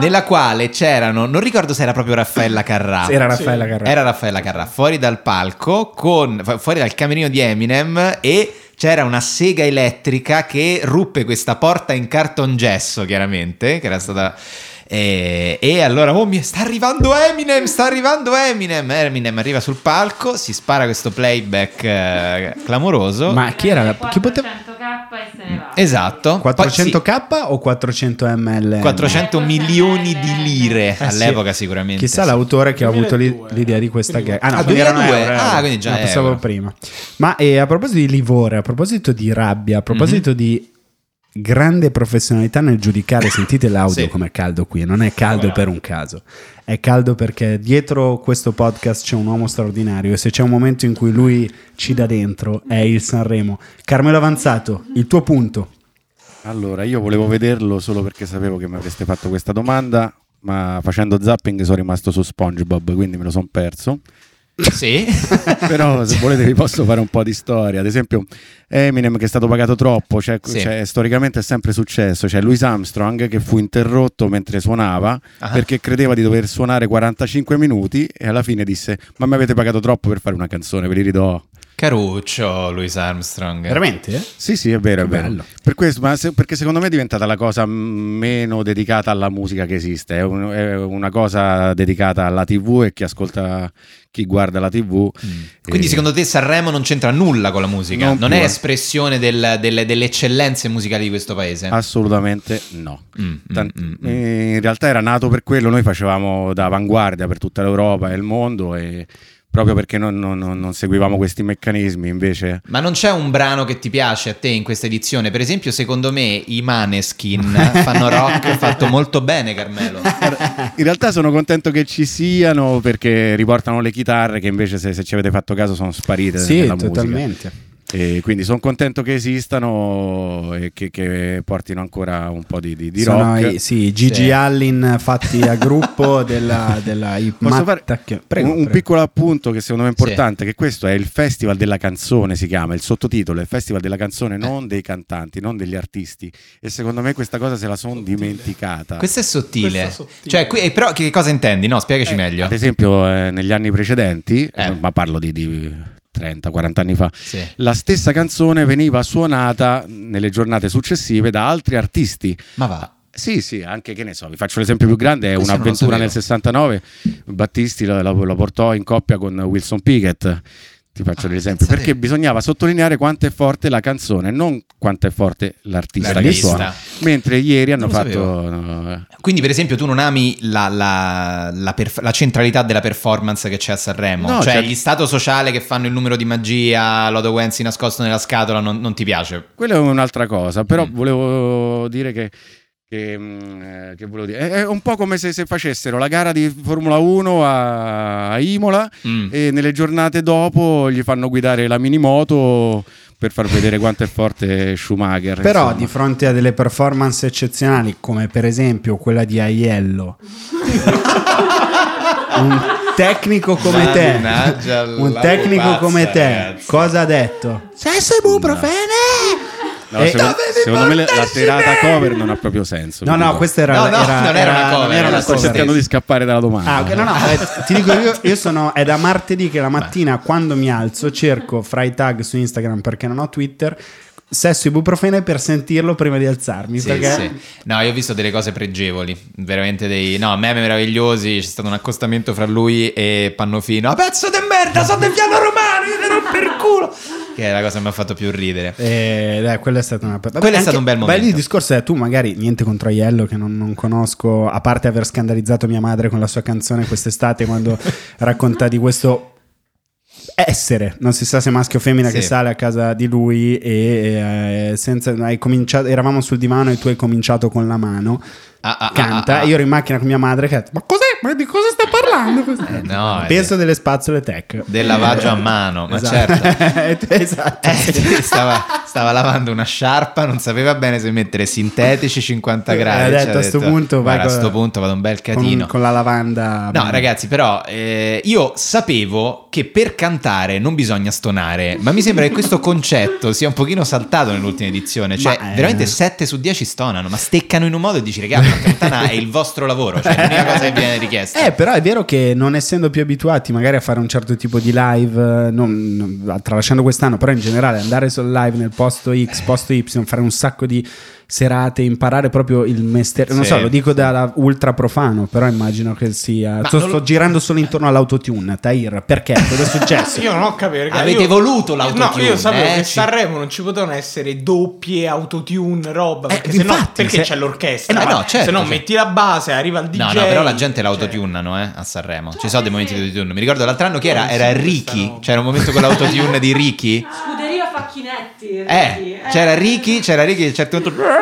S1: nella quale c'erano, non ricordo se era proprio Raffaella Carrà.
S2: Era Raffaella
S5: Sì.
S2: Carrà.
S1: Era Raffaella Carrà fuori dal palco, con- fu- fuori dal camerino di Eminem e c'era una sega elettrica che ruppe questa porta in cartongesso, chiaramente, che era stata... E, e allora, oh mio, sta arrivando Eminem, sta arrivando Eminem. Eminem arriva sul palco, si spara questo playback eh, clamoroso.
S2: Ma chi era? la- Chi poteva?
S3: 400k e se ne va.
S1: Esatto. Poi- sì,
S2: 400k o 400 ml?
S1: 400 milioni di lire
S2: Eh sì.
S1: all'epoca sicuramente.
S2: Chissà
S1: sì.
S2: l'autore che ha avuto l'i-
S5: 2002,
S2: l'idea di questa gag.
S5: quindi-
S2: Ah, no,
S1: Ah,
S2: quindi
S1: 2002,
S2: erano
S1: ah, quindi già
S2: No, pensavo
S1: euro. Mhm.
S2: prima. Ma eh, a proposito di livore, a proposito di rabbia, a proposito di grande professionalità nel giudicare. Sentite l'audio
S1: Sì.
S2: com'è caldo qui, non è caldo per un caso. È caldo perché dietro questo podcast c'è un uomo straordinario e se c'è un momento in cui lui ci dà dentro è il Sanremo. Carmelo Avanzato, il tuo punto.
S6: Allora, io volevo vederlo solo perché sapevo che mi avreste fatto questa domanda, ma facendo zapping sono rimasto su SpongeBob, quindi me lo sono perso.
S1: Sì.
S6: Però se volete vi posso fare un po' di storia. Ad esempio Eminem che è stato pagato troppo, cioè,
S1: Sì.
S6: cioè, storicamente è sempre successo. C'è Louis Armstrong che fu interrotto mentre suonava
S1: Ah.
S6: perché credeva di dover suonare 45 minuti e alla fine disse ma mi avete pagato troppo per fare una canzone, ve li ridò.
S1: Caruccio, Louis Armstrong.
S2: Veramente? eh?
S6: Sì, sì, è vero, è
S2: Che
S6: vero.
S2: bello.
S6: Per questo, ma se- perché secondo me è diventata la cosa meno dedicata alla musica che esiste. È, un- è una cosa dedicata alla TV e chi ascolta, chi guarda la TV.
S1: Mm. Quindi
S6: Eh,
S1: secondo te Sanremo non c'entra nulla con la musica?
S6: Non
S1: Non, è
S6: più.
S1: espressione del- delle, delle eccellenze musicali di questo paese?
S6: Assolutamente no.
S1: Mm, mm,
S6: Tan-
S1: mm, mm.
S6: eh, in realtà era nato per quello, noi facevamo da avanguardia per tutta l'Europa e il mondo e proprio perché non, non- non- non seguivamo questi meccanismi invece.
S1: Ma non c'è un brano che ti piace a te in questa edizione? Per esempio, secondo me i Maneskin fanno rock fatto molto bene, Carmelo.
S6: Esatto. In realtà sono contento che ci siano perché riportano le chitarre che invece se, se ci avete fatto caso sono sparite
S2: Sì,
S6: nella musica.
S2: totalmente.
S6: E quindi sono contento che esistano e che, che portino ancora un po' di, di, di
S2: Sono
S6: rock.
S2: i- sì, i Gigi
S1: Sì.
S2: Allin fatti a gruppo della, della i-
S6: Posso
S2: Matta-
S6: fare
S2: che- prego,
S6: un, un
S2: prego.
S6: piccolo appunto che secondo me è importante, che questo è il Festival della canzone, si chiama, il sottotitolo è il Festival della canzone, non dei cantanti, non degli artisti. E secondo me questa cosa se la sono dimenticata.
S1: Questo è sottile.
S5: Questo è sottile.
S1: Cioè, qui- eh, però che cosa intendi? No, spiegaci meglio.
S6: Ad esempio eh, negli anni precedenti,
S1: Eh.
S6: ma parlo di, di 30-40 anni fa,
S1: Sì.
S6: la stessa canzone veniva suonata nelle giornate successive da altri artisti.
S1: Ma va.
S6: Sì, sì, anche che ne so, vi faccio l'esempio più grande, è
S1: Questo non lo
S6: un'avventura
S1: sapevo.
S6: nel 69, Battisti la, la- la portò in coppia con Wilson Pickett, ti faccio
S1: Ah,
S6: l'esempio,
S1: pensa te.
S6: perché bisognava sottolineare quanto è forte la canzone, non quanto è forte l'artista,
S1: L'artista.
S6: che suona, mentre ieri hanno
S1: Non lo
S6: fatto...
S1: sapevo.
S6: no, eh.
S1: Quindi, per esempio, tu non ami la, la- la perf- la centralità della performance che c'è a Sanremo?
S6: No,
S1: cioè,
S6: cioè-
S1: gli stato sociale che fanno il numero di magia, Lodo Wenzi nascosto nella scatola, non, non ti piace?
S6: Quella è un'altra cosa, però
S1: Mm.
S6: volevo dire che... Che, mm, eh, che volevo dire? È, è un po' come se, se facessero la gara di Formula 1 a- a Imola
S1: Mm.
S6: e nelle giornate dopo gli fanno guidare la minimoto per far vedere quanto è forte Schumacher.
S2: Però
S6: insomma.
S2: di fronte a delle performance eccezionali, come per esempio quella di Aiello, un tecnico come te,
S1: Mannaggia la
S2: un tecnico
S1: pupazza,
S2: come te,
S1: ragazzi.
S2: cosa ha detto? Sesso e buprofene!
S6: No,
S2: Eh,
S6: secondo,
S1: dovevi
S6: secondo me la- la
S1: portarci
S6: serata
S1: bene!
S6: cover non ha proprio senso.
S2: No,
S6: vi
S2: no,
S6: dico.
S2: questa era,
S1: No, no, non era una cover,
S2: non
S1: era
S2: una
S1: la
S6: Sto
S1: cosa
S2: cover.
S6: cercando di scappare dalla domanda.
S2: Ah, ok, no, no, eh, ti dico io, io sono, è da martedì che la mattina quando mi alzo cerco fra i tag su Instagram perché non ho Twitter, sesso ibuprofene per sentirlo prima di alzarmi.
S1: Sì,
S2: perché
S1: sì. No, io ho visto delle cose pregevoli, veramente dei no, meme meravigliosi. C'è stato un accostamento fra lui e Pannofino. Ah, pezzo di merda, sono del piano romano, io ti rompo il culo. Che è la cosa che mi ha fatto più ridere.
S2: Eh, dai, quello è stato una Vabbè,
S1: Quello è
S2: anche-
S1: stato un bel
S2: ma
S1: momento.
S2: lì il discorso è tu magari niente contro Aiello che non, non conosco, a parte aver scandalizzato mia madre con la sua canzone quest'estate quando racconta di questo essere, non si sa se maschio o femmina
S1: Sì.
S2: che sale a casa di lui e eh, senza, hai cominciato, eravamo sul divano e tu hai cominciato con la mano,
S1: Ah, ah, ah,
S2: canta,
S1: ah, ah.
S2: e io ero in macchina con mia madre che ha detto, ma cos'è? Ma di cosa sta parlando?
S1: Eh, no, eh,
S2: Penso delle spazzole tech.
S1: Del lavaggio a mano, ma
S2: certo. esatto.
S1: Eh, sì, stava, stava lavando una sciarpa, non sapeva bene se mettere sintetici 50
S2: Eh,
S1: gradi.
S2: ha
S1: ci
S2: detto, "A sto punto vai
S1: "Guarda, a
S2: con-
S1: sto punto vado un bel catino.
S2: Con, con la lavanda.
S1: No, ragazzi, però eh, io sapevo che per cantare non bisogna stonare, ma mi sembra che questo concetto sia un pochino saltato nell'ultima edizione. Cioè,
S2: Ma, eh.
S1: veramente 7 su 10 stonano, ma steccano in un modo e dici, ragazzi, ma cantana è il vostro lavoro, cioè è l'unica cosa che viene richiesta.
S2: Eh, però è vero che non essendo più abituati magari a fare un certo tipo di live, eh, non- non- tralasciando quest'anno, però in generale andare sul live nel posto
S1: Eh.
S2: X, posto Y, fare un sacco di serate, imparare proprio il mestiere. Non
S1: Sì,
S2: so, lo dico da da ultra profano, però immagino che sia...
S1: Ma
S2: Sto,
S1: non-
S2: sto girando solo intorno all'autotune, Tair, perché? Cosa è successo?
S5: Ah, Io non ho capito. raga,
S1: Cioè, Avete
S5: io-
S1: voluto l'autotune,
S5: No, io sapevo
S1: eh,
S5: che
S1: ci-
S5: Sanremo non ci potevano essere doppie autotune, roba.
S2: Eh,
S5: Perché, se no-
S2: infatti,
S5: perché
S2: se-
S5: c'è l'orchestra.
S1: Eh, no,
S5: ma
S1: certo,
S5: se no,
S1: cioè-
S5: metti la base, arriva il DJ.
S1: No, no, però la gente
S5: cioè-
S1: l'autotunano eh, a Sanremo. Ci sono dei momenti di autotune. Mi ricordo l'altro anno chi era?
S5: Non
S1: Era
S5: so questa
S1: Ricky.
S5: roba.
S1: C'era un momento con l'autotune di Ricky.
S3: Scuderia fa cocchinetti. Ricky.
S1: Eh, c'era Ricky, c'era Ricky che a un certo punto...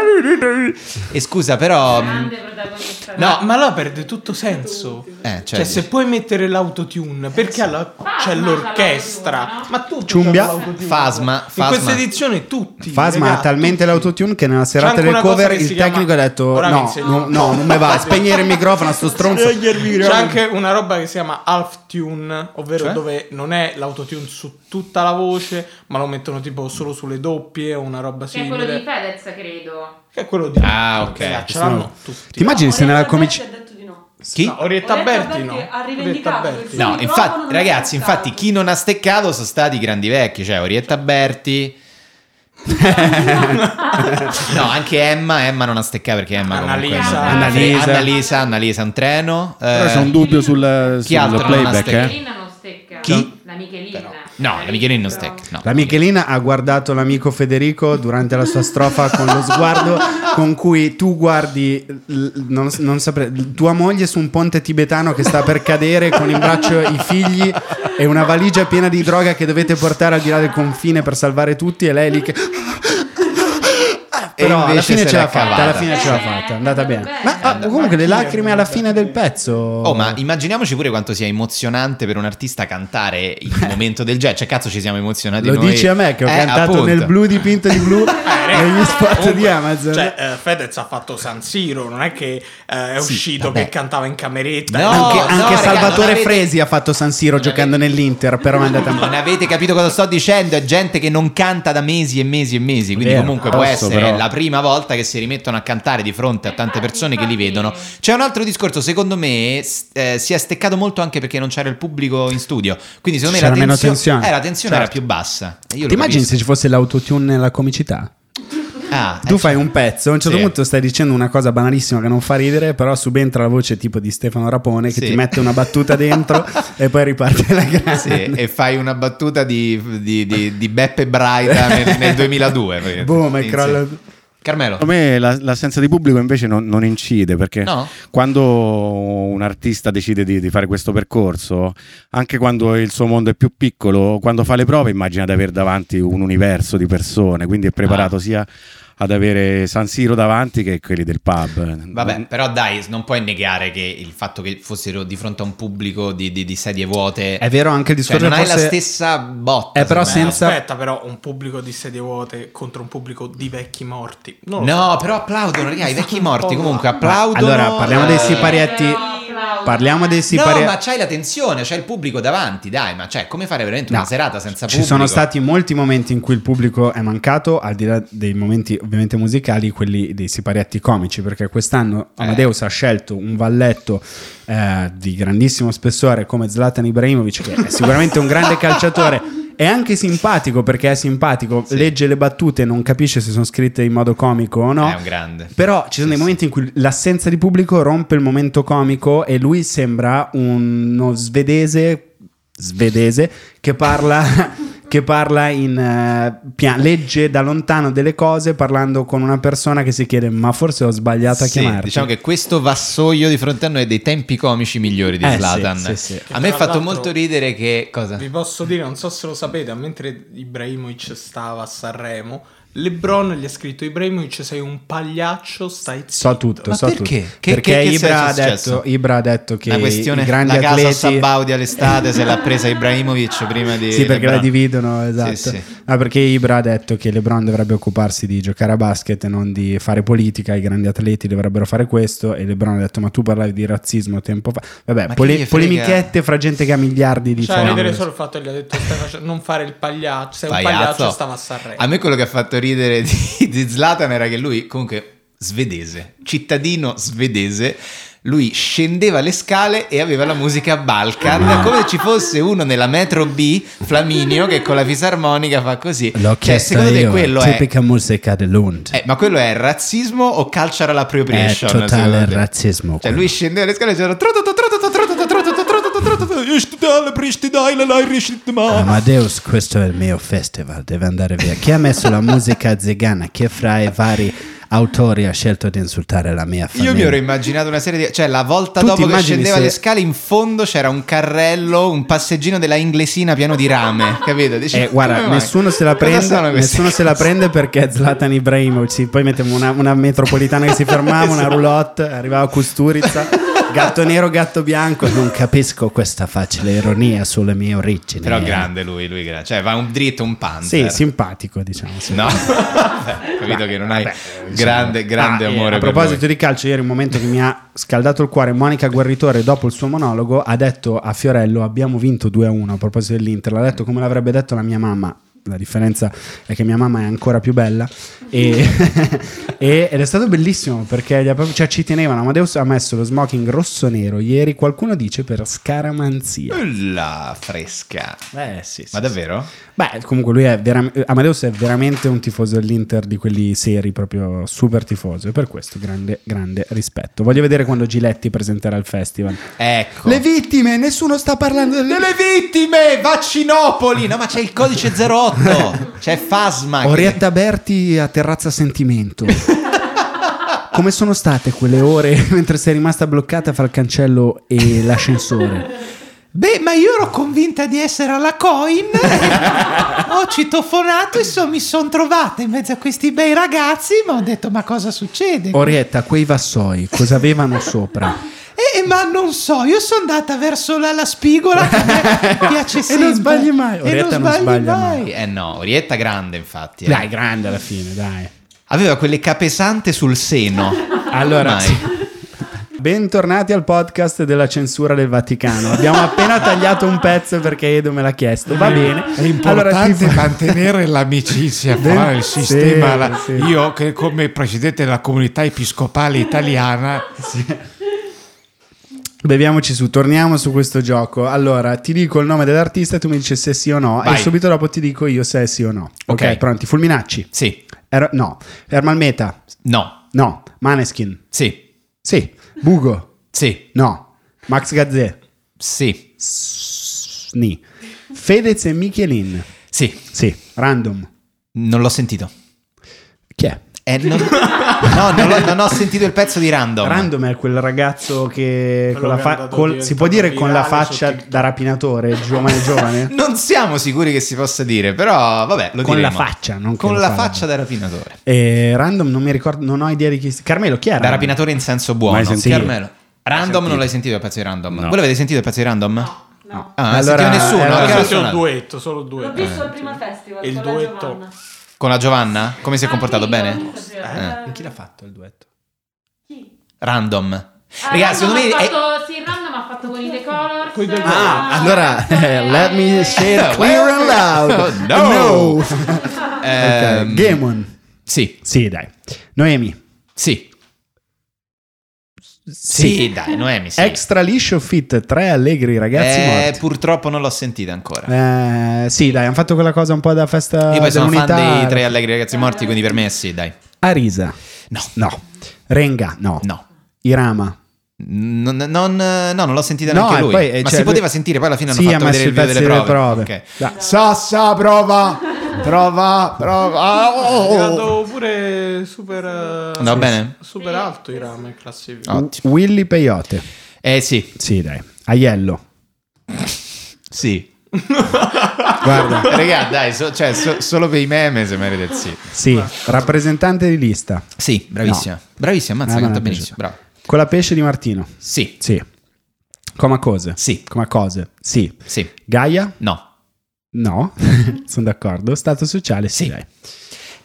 S1: E scusa, però... mm,
S3: Grande protagonista.
S1: No,
S5: Cioè, Ma là perde tutto senso.
S1: Eh, cioè,
S5: Cioè, se puoi mettere l'autotune, perché alla-
S3: Fasma
S5: c'è
S3: c'ha
S5: l'orchestra?
S3: l'autotune, no?
S5: Ma tutti
S2: Ciumbia.
S5: c'hanno l'autotune.
S1: Fasma,
S5: In
S1: Fasma.
S5: questa edizione tutti.
S2: Fasma ha
S5: ragazzi,
S2: talmente
S5: tutti.
S2: l'autotune che nella serata
S5: anche
S2: del
S5: una cosa
S2: cover
S5: che
S2: il
S5: si chiama-
S2: tecnico ha detto
S5: Ora mi
S2: no,
S5: insegni.
S2: no, no, non me va, spegnere il microfono a sto stronzo.
S5: C'è anche una roba che si chiama half tune, ovvero
S1: Cioè?
S5: dove non è l'autotune su tutta la voce, ma lo mettono tipo solo sulle doppie o una roba
S3: Che è
S5: simile.
S3: quello di Fedez, credo.
S5: Che è quello di
S1: Ah, ok.
S5: Ragazzi, ce l'hanno
S2: Ti
S5: tutti.
S2: immagini se nella comici...
S4: ha detto di no.
S1: Chi?
S5: No, Orietta
S4: Orietta
S5: Berti no.
S4: Berti ha
S5: Orietta
S4: rivendicato
S5: Berti.
S4: il suo-
S1: No,
S4: Sì, bravo, non
S1: infatti,
S4: mi
S1: ragazzi,
S4: aspettavo.
S1: infatti chi non ha steccato sono stati i grandi vecchi, cioè Orietta Berti. no, anche Emma, Emma non ha steccato perché Emma comunque
S5: Annalisa.
S1: non-
S2: Annalisa.
S1: Annalisa, Annalisa, un treno. eh,
S6: Però c'è un dubbio sul,
S1: Chi
S6: sul
S1: altro non ha
S6: playback.
S1: steccato?
S6: Eh?
S3: Michelin non stecca.
S1: Chi?
S3: La Michelin.
S1: No, la Michelin non
S3: però.
S1: stecca. no.
S2: La Michelina ha guardato l'amico Federico durante la sua strofa con lo sguardo con cui tu guardi, l- non, non saprei, tua moglie su un ponte tibetano che sta per cadere con in braccio i figli e una valigia piena di droga che dovete portare al di là del confine per salvare tutti e lei lì che... Però alla
S1: invece
S2: fine
S1: se
S2: ce l'ha
S1: l'è
S2: fatta,
S1: cavata.
S2: alla fine ce l'ha
S3: Eh,
S2: fatta, è andata bene.
S3: bene.
S2: Ma
S1: eh,
S2: ah, comunque le
S5: Ma chi è
S2: lacrime alla fine del pezzo...
S1: Oh, ma immaginiamoci pure quanto sia emozionante per un artista cantare il momento del jazz. Cioè, cazzo, ci siamo emozionati
S2: Lo
S1: noi.
S2: dici a me che ho
S1: Eh,
S2: cantato
S1: appunto.
S2: nel blu dipinto di blu negli spot di
S5: Comunque,
S2: Amazon.
S5: Cioè, eh, Fedez ha fatto San Siro, non è che eh, è
S1: Sì,
S5: uscito
S1: vabbè.
S5: che cantava in cameretta.
S1: No,
S2: anche
S1: no,
S2: anche
S1: raga, non
S2: Salvatore
S1: avete-
S2: Fresi ha fatto San Siro giocando nell'Inter, però è andata male.
S1: Non avete capito cosa sto dicendo? È gente che non canta da mesi e mesi e mesi. Quindi,
S2: Vero.
S1: comunque,
S6: Posso,
S1: può essere
S6: però.
S1: la prima volta che si rimettono a cantare di fronte a tante persone che li
S3: Infatti.
S1: vedono. C'è un altro discorso, secondo me, s- eh, si è steccato molto anche perché non c'era il pubblico in studio. Quindi, secondo me,
S2: C'era
S1: la
S2: meno
S1: tensio-
S2: tensione.
S1: eh, la tensione
S2: Certo.
S1: era più bassa. E Io
S2: Ti immagini se ci fosse l'autotune nella comicità?
S1: Eh,
S2: Tu fai un pezzo, a un certo
S1: Ah, Sì.
S2: punto stai dicendo una cosa banalissima che non fa ridere, però subentra la voce tipo di Stefano Rapone che
S1: Sì.
S2: ti mette una battuta dentro e poi riparte la grande.
S1: Sì, e fai una battuta di, di- di- di Beppe Braida nel, nel 2002. praticamente.
S2: Boom, e
S1: Sì,
S2: crolla.
S1: sì. Carmelo.
S6: Secondo me la- l'assenza di pubblico invece non, non incide perché
S1: No?
S6: quando un artista decide di, di fare questo percorso, anche quando il suo mondo è più piccolo, quando fa le prove immagina di avere davanti un universo di persone, quindi è preparato
S1: Ah.
S6: sia ad avere San Siro davanti che quelli del pub.
S1: Vabbè, però dai, non puoi negare che il fatto che fossero di fronte a un pubblico di, di- di sedie vuote...
S2: È vero anche il
S1: Cioè,
S2: discorso
S1: non hai la
S2: forse-
S1: stessa botta.
S2: Eh, però
S1: secondo me.
S2: senza-
S5: Aspetta, però, un pubblico di sedie vuote contro un pubblico di vecchi morti. Non lo
S1: No,
S5: so.
S1: però applaudono, raga, i
S5: Sono
S1: vecchi
S5: un
S1: morti
S5: po'
S1: comunque
S5: là.
S1: applaudono.
S2: Allora, parliamo dei
S1: eh,
S2: sipari- Siparietti-
S3: Applaudo.
S2: Parliamo dei
S1: No,
S2: sipari.
S1: ma c'hai la tensione, c'hai il pubblico davanti, dai, ma cioè, come fare veramente
S2: No,
S1: una serata senza
S2: Ci
S1: pubblico?
S2: sono stati molti momenti in cui il pubblico è mancato, al di là dei momenti ovviamente musicali, quelli dei siparietti comici, perché quest'anno
S1: Eh.
S2: Amadeus ha scelto un valletto eh, di grandissimo spessore come Zlatan Ibrahimovic, che è sicuramente un grande calciatore. È anche simpatico perché è simpatico,
S1: Sì.
S2: legge le battute, non capisce se sono scritte in modo comico o no.
S1: È un grande.
S2: Però ci sono dei momenti in cui l'assenza di pubblico rompe il momento comico e lui sembra uno svedese, svedese che parla, che parla in eh, pia- legge da lontano delle cose parlando con una persona che si chiede ma forse ho sbagliato a
S1: Sì,
S2: chiamarti.
S1: diciamo che questo vassoio di fronte a noi è dei tempi comici migliori di
S2: Eh, sì,
S1: Slatan.
S2: sì, sì.
S1: A me ha
S5: Tra
S1: fatto
S5: l'altro-
S1: molto ridere che
S4: Eh.
S1: cosa?
S5: Vi posso dire, non so se lo sapete, ma mentre Ibrahimovic stava a Sanremo, LeBron gli ha scritto: Ibrahimovic, sei un pagliaccio, stai zitto.
S2: So tutto,
S1: Ma
S2: so
S1: perché?
S2: tutto.
S1: Che-
S2: perché
S1: che- che
S2: Ibra, ha
S1: è successo?
S2: detto, Ibra ha detto che
S1: la questione
S2: i grandi
S1: la casa a
S2: atleti
S1: Sabaudi all'estate se l'ha presa Ibrahimovic prima di
S2: Sì, perché la
S1: LeBron.
S2: dividono,
S1: Sì,
S2: esatto.
S1: sì.
S2: No, perché Ibra ha detto che LeBron dovrebbe occuparsi di giocare a basket e non di fare politica, i grandi atleti dovrebbero fare questo e LeBron ha detto "Ma tu parlavi di razzismo tempo fa". Vabbè,
S1: Ma
S2: pole-
S1: chi gli frega?
S2: polemichette fra gente che ha miliardi di
S5: Cioè, ridere
S2: followers.
S5: solo il fatto che gli ha detto: stai facendo- non fare il pagliaccio, sei
S1: Pagliazzo.
S5: un pagliaccio, stava a Sanremo.
S1: A me quello che ha fatto ridere di, di Zlatan era che lui, comunque, svedese, cittadino svedese, lui scendeva le scale e aveva la musica Balkan, come se ci fosse uno nella metro B, Flaminio, che con la fisarmonica fa così.
S2: L'ho
S1: Cioè,
S2: chiesto
S1: secondo te
S2: io,
S1: quello è...
S2: tipica musica dell'Und.
S1: eh, ma quello è razzismo o cultural appropriation?
S2: È totale
S1: secondo te?
S2: razzismo
S1: Cioè,
S2: quello.
S1: lui scendeva le scale e c'era...
S2: Ah, Amadeus, questo è il mio festival, deve andare via. Chi ha messo la musica zigana? Chi fra i vari Autori ha scelto di insultare la mia famiglia.
S1: Io mi ero immaginato una serie di... Cioè, la volta
S2: Tu ti
S1: dopo che
S2: immagini
S1: scendeva
S2: se-
S1: le scale, in fondo c'era un carrello, un passeggino della inglesina pieno di rame, capito? Dici,
S2: Eh, guarda,
S1: come mai?
S2: nessuno se la
S1: Cosa sono
S2: prende,
S1: queste
S2: nessuno se la
S1: cose?
S2: prende perché Zlatan Ibrahimovic. Poi mettiamo una, una metropolitana che si fermava, una roulotte, arrivava Custurizza, gatto nero, gatto bianco. Non capisco questa facile ironia sulle mie origini.
S1: Però grande eh. lui, lui gra- Cioè, va un dritto, un
S2: Sì,
S1: panther.
S2: simpatico, diciamo. sì.
S1: No, Vabbè, capito che non hai grande, grande
S2: Ah, eh,
S1: amore
S2: A
S1: per
S2: proposito
S1: lui.
S2: di calcio, ieri un momento che mi ha scaldato il cuore. Monica Guerritore, dopo il suo monologo, ha detto a Fiorello: Abbiamo vinto 2-1 a proposito dell'Inter. L'ha detto come l'avrebbe detto la mia mamma. La differenza è che mia mamma è ancora più bella. E- e- ed è stato bellissimo perché gli ha proprio- cioè, ci tenevano. Amadeus ha messo lo smoking rosso-nero ieri. Qualcuno dice per scaramanzia.
S1: La fresca.
S2: Eh sì,
S1: Ma davvero?
S2: Beh, comunque lui è veramente. Amadeus è veramente un tifoso dell'Inter di quelli seri, proprio super tifoso. E per questo grande, grande rispetto. Voglio vedere quando Giletti presenterà il festival.
S1: Ecco.
S2: Le vittime, nessuno sta parlando delle
S1: Delle vittime, vaccinopoli. No, ma c'è il codice 08. c'è Fasma. che-
S2: Orietta Berti a terrazza sentimento. Come sono state quelle ore mentre sei rimasta bloccata fra il cancello e l'ascensore?
S1: Beh, ma io ero convinta di essere alla coin. ho citofonato e so- mi sono trovata in mezzo a questi bei ragazzi. Ma ho detto, ma cosa succede?
S2: Orietta, quei vassoi cosa avevano sopra?
S1: Eh, ma non so, io sono andata verso la, la spigola che a me piace
S2: E non sbagli mai, Orietta non sbaglia mai.
S1: Eh no, Orietta grande infatti. eh.
S2: Dai, grande alla fine, dai.
S1: Aveva quelle capesante sul seno.
S2: Allora,
S1: Ormai.
S2: bentornati al podcast della censura del Vaticano. Abbiamo appena tagliato un pezzo perché Edo me l'ha chiesto. Va bene.
S4: È importante
S2: Allora, ti-
S4: mantenere l'amicizia
S2: Del-
S4: fra il
S2: sì,
S4: sistema. la-
S2: sì.
S4: Io, che come presidente della comunità episcopale italiana,
S5: Eh,
S2: Beviamoci su, torniamo su questo gioco. Allora, ti dico il nome dell'artista, tu mi dici se sì o no, e
S1: Vai.
S2: subito dopo ti dico io se è sì o no. Ok,
S1: Ok.
S2: pronti? Fulminacci.
S1: Sì,
S2: Er- no. Ermal Meta.
S1: no,
S2: No. Maneskin.
S1: sì,
S2: Sì. Bugo.
S1: sì,
S2: No. Max Gazzè.
S1: sì,
S2: S- Ni. Fedez e Michelin.
S1: sì.
S2: Sì. Random.
S1: Non l'ho sentito.
S2: Chi è?
S1: Eh, non- No, non, l'ho- non ho sentito il pezzo di Random.
S2: Random è quel ragazzo che
S5: Quello
S2: con la
S5: che è
S2: fa-
S5: andato
S2: col-
S5: diventato
S2: si può dire con la
S5: virale su
S2: faccia
S5: TikTok.
S2: da rapinatore, giovane giovane?
S1: Non siamo sicuri che si possa dire, però vabbè, lo
S2: Con la
S1: diremo.
S2: faccia, non che
S1: Con
S2: lo
S1: la
S2: fa.
S1: faccia da rapinatore.
S2: Eh, random non mi ricordo, non ho idea di chi sia. Carmelo, chi era?
S1: Da rapinatore in senso buono.
S6: Mai sentito.
S1: Carmelo. Random non l'hai sentito il pezzo di Random?
S6: No.
S1: Voi l'avete sentito il pezzo di Random?
S3: No, no.
S1: Ah, non
S2: Allora,
S1: allora, nessuno.
S2: era-
S1: anche la
S5: Allora, eh, solo un
S1: suonata.
S5: duetto, solo il
S3: L'ho
S5: duetto.
S3: visto al primo festival
S5: eh, Il
S3: con la
S5: duetto.
S3: Giovanna.
S1: Con la Giovanna? Come si è comportato
S3: Anche io,
S1: bene?
S3: mi
S2: Eh,
S1: Eh.
S3: piaceva.
S2: Chi l'ha fatto il duetto?
S3: Chi?
S1: Random.
S3: Ah,
S1: Ragazzi,
S3: Random
S1: secondo me
S3: ha
S1: è-
S3: fatto, sì, Random ha fatto con i The Colors.
S5: Coi The
S3: eh,
S5: Colors.
S2: Ah, allora,
S3: eh,
S2: let me share clear and loud.
S1: oh, No.
S2: Ok,
S1: Ehm,
S2: Gamon.
S1: Sì,
S2: Sì, dai. Noemi.
S1: sì. Sì, dai, Noemi, sì.
S2: Extra liscio fit, tre allegri ragazzi
S1: Eh,
S2: morti.
S1: purtroppo non l'ho sentita ancora.
S2: Eh, sì, dai, hanno fatto quella cosa un po' da festa
S1: Io poi sono fan
S2: dell'unità.
S1: dei tre allegri ragazzi morti, quindi per me sì, dai.
S2: Arisa.
S1: No.
S2: No. Renga. No.
S1: No.
S2: Irama.
S1: Non, non- no, non l'ho sentita
S2: No,
S1: neanche
S2: e
S1: lui.
S2: poi, eh,
S1: ma
S2: cioè,
S1: si poteva
S2: lui-
S1: sentire, poi alla fine hanno
S2: Sì, ha
S1: fatto
S2: messo
S1: vedere il
S2: il
S1: video
S2: pezzo
S1: delle prove. Ok.
S2: Dai.
S4: Sassa, prova, prova, prova.
S5: È
S4: Oh, oh, oh.
S5: arrivato pure super, eh,
S1: Va bene?
S5: super alto i rame in classifica.
S1: No.
S2: W- Willy Peyote.
S1: Eh sì,
S2: Sì, dai. Aiello.
S1: sì.
S2: Guarda.
S1: Regà, dai, so- cioè, so- solo per i meme se merita il sì.
S2: Sì, rappresentante di lista.
S1: Sì, bravissima. Bravissima, ammazza,
S2: Ah, ma
S1: canta
S2: non mi
S1: benissimo. Bravo.
S2: Con la pesce di Martino.
S1: Sì,
S2: Sì. Come cose.
S1: Sì.
S2: Come cose. Sì.
S1: sì.
S2: Gaia?
S1: No.
S2: No. Sono d'accordo. Stato sociale? Sì.
S1: Sì.
S2: dai.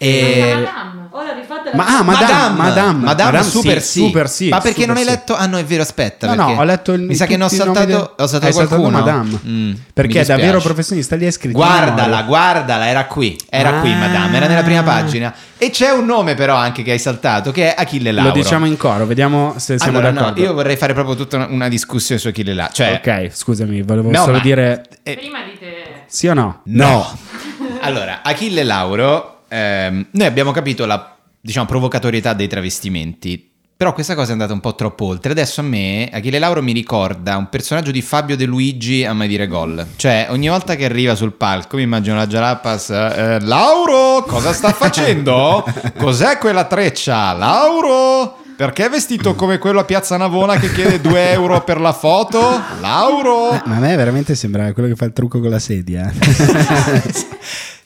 S1: E...
S3: Madame. Ora rifatela.
S2: Ma ah,
S1: Madame,
S2: Madame, Madame, Madame,
S1: super sì,
S2: super sì.
S1: Ma perché
S2: super
S1: non hai
S2: sì.
S1: letto? Ah, no, è vero, aspetta.
S2: No,
S1: perché
S2: no, ho letto il
S1: Mi sa che ne ho
S2: tutti i nomi
S1: saltato,
S2: del-
S1: ho saltato
S2: Hai saltato
S1: qualcuno.
S2: Madame.
S1: Mm, mi
S2: Perché è
S1: dispiace.
S2: davvero professionista, lì è scritto.
S1: Guardala,
S2: memoria.
S1: guardala, era qui, era
S2: Ah.
S1: qui, madame, era nella prima pagina. E c'è un nome però anche che hai saltato, che è Achille Lauro.
S2: Lo diciamo in coro, vediamo se siamo
S1: allora, no,
S2: d'accordo.
S1: io vorrei fare proprio tutta una, una discussione su Achille Lauro. Cioè,
S2: Ok, scusami, volevo
S1: No,
S2: solo
S1: ma-
S2: dire
S1: eh,
S3: Prima di te.
S2: sì o no?
S1: No. allora, Achille Lauro, ehm, noi abbiamo capito la diciamo, provocatorietà dei travestimenti. Però questa cosa è andata un po' troppo oltre. Adesso a me, Achille Lauro mi ricorda un personaggio di Fabio De Luigi a mai dire gol. Cioè, ogni volta che arriva sul palco, mi immagino la Jalapas, eh, Lauro, cosa sta facendo? Cos'è quella treccia? Lauro, perché è vestito come quello a Piazza Navona che chiede 2 euro per la foto? Lauro,
S2: Ma a me veramente sembra quello che fa il trucco con la sedia. eh.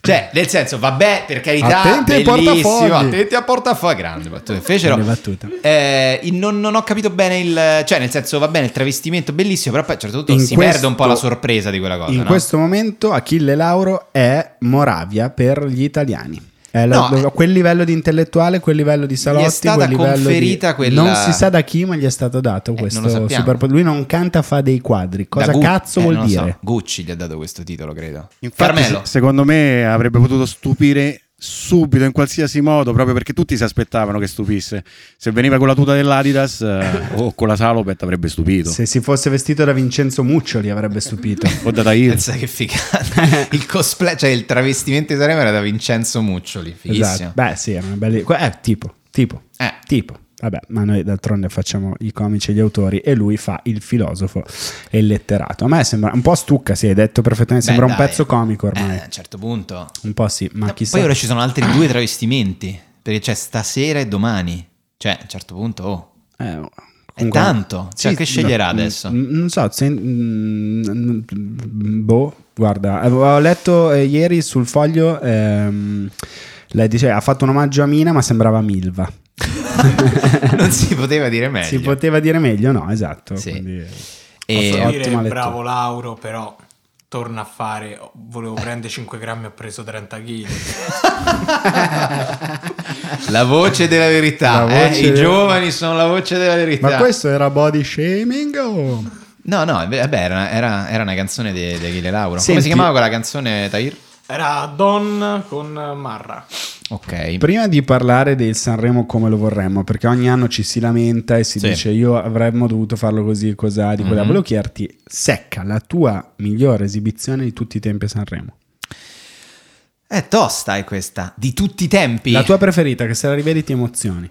S1: Cioè, nel senso, vabbè, per carità,
S2: Attenti ai portafogli.
S1: bellissimo, attenti a portafoglio, grande, battute. fecero.
S2: Grande battuta.
S1: Eh, il- non, non ho capito bene il... Cioè, nel senso, va bene, il travestimento è bellissimo, però poi a un certo punto
S2: In
S1: si
S2: questo-
S1: perde un po' la sorpresa di quella cosa,
S2: In
S1: no?
S2: questo momento Achille Lauro è Moravia per gli italiani. È la-
S1: No, eh.
S2: quel livello di intellettuale, quel livello di Salotti,
S1: stata
S2: quel livello
S1: conferita
S2: di-
S1: quella-
S2: Non si sa da chi, ma gli è stato dato
S1: Eh,
S2: questo
S1: non lo sappiamo.
S2: superpotere. Lui non canta, fa dei quadri.
S1: Da
S2: Cosa
S1: Gu-
S2: cazzo
S1: eh,
S2: vuol
S1: non lo so,
S2: dire?
S1: Gucci gli ha dato questo titolo, credo.
S6: Infatti,
S1: Carmelo,
S6: se- secondo me avrebbe potuto stupire subito in qualsiasi modo, proprio perché tutti si aspettavano che stupisse. Se veniva con la tuta dell'Adidas eh, o con la Salopet avrebbe stupito.
S2: Se si fosse vestito da Vincenzo Muccioli avrebbe stupito.
S6: O da Tahir.
S1: pensa che figata. il cosplay, cioè il travestimento di Sanremo era da Vincenzo Muccioli,
S2: esatto.
S1: fighissimo.
S2: Beh, sì, è una bella... eh, tipo, tipo,
S1: Eh.
S2: tipo. Vabbè, ma noi d'altronde facciamo i comici e gli autori e lui fa il filosofo e il letterato. A me sembra un po' stucca, sì, hai detto perfettamente, sembra
S1: Beh,
S2: un
S1: dai.
S2: pezzo comico ormai.
S1: Eh, a un certo punto.
S2: Un po' sì, ma
S1: No,
S2: chissà.
S1: Poi ora ci sono altri due travestimenti, perché c'è stasera e domani. Cioè, a un certo punto, oh.
S2: Eh,
S1: È tanto. Cioè, che sceglierà adesso?
S2: mm, Non so, se- mm, mm, boh, guarda, eh, ho letto eh, ieri sul foglio, ehm, lei dice ha fatto un omaggio a Mina ma sembrava Milva.
S1: non si poteva dire meglio.
S2: Si poteva dire meglio, no, esatto.
S1: Sì.
S2: quindi, eh,
S1: E-
S2: Posso
S5: Posso dire
S2: ottima lettura.
S5: bravo Lauro, però torna a fare. Volevo prendere 5 grammi, ho preso 30 kg.
S1: La voce della verità,
S2: La
S1: eh?
S2: voce
S1: i
S2: della-
S1: giovani sono la voce della verità.
S2: Ma questo era body shaming o...
S1: No, no, beh, vabbè, era, era- era una canzone di di Achille Lauro. Come
S2: Senti-
S1: si chiamava quella canzone, Tahir?
S5: Era Don con Marra.
S1: Ok.
S2: Prima di parlare del Sanremo come lo vorremmo, perché ogni anno ci si lamenta e si
S1: Sì.
S2: dice io avremmo dovuto farlo così, cos'ha, di quella.
S1: Mhm.
S2: Volevo chiederti, secca, la tua migliore esibizione di tutti i tempi a Sanremo.
S1: È tosta è questa, di tutti i tempi.
S2: La tua preferita, che se la rivedi ti emozioni.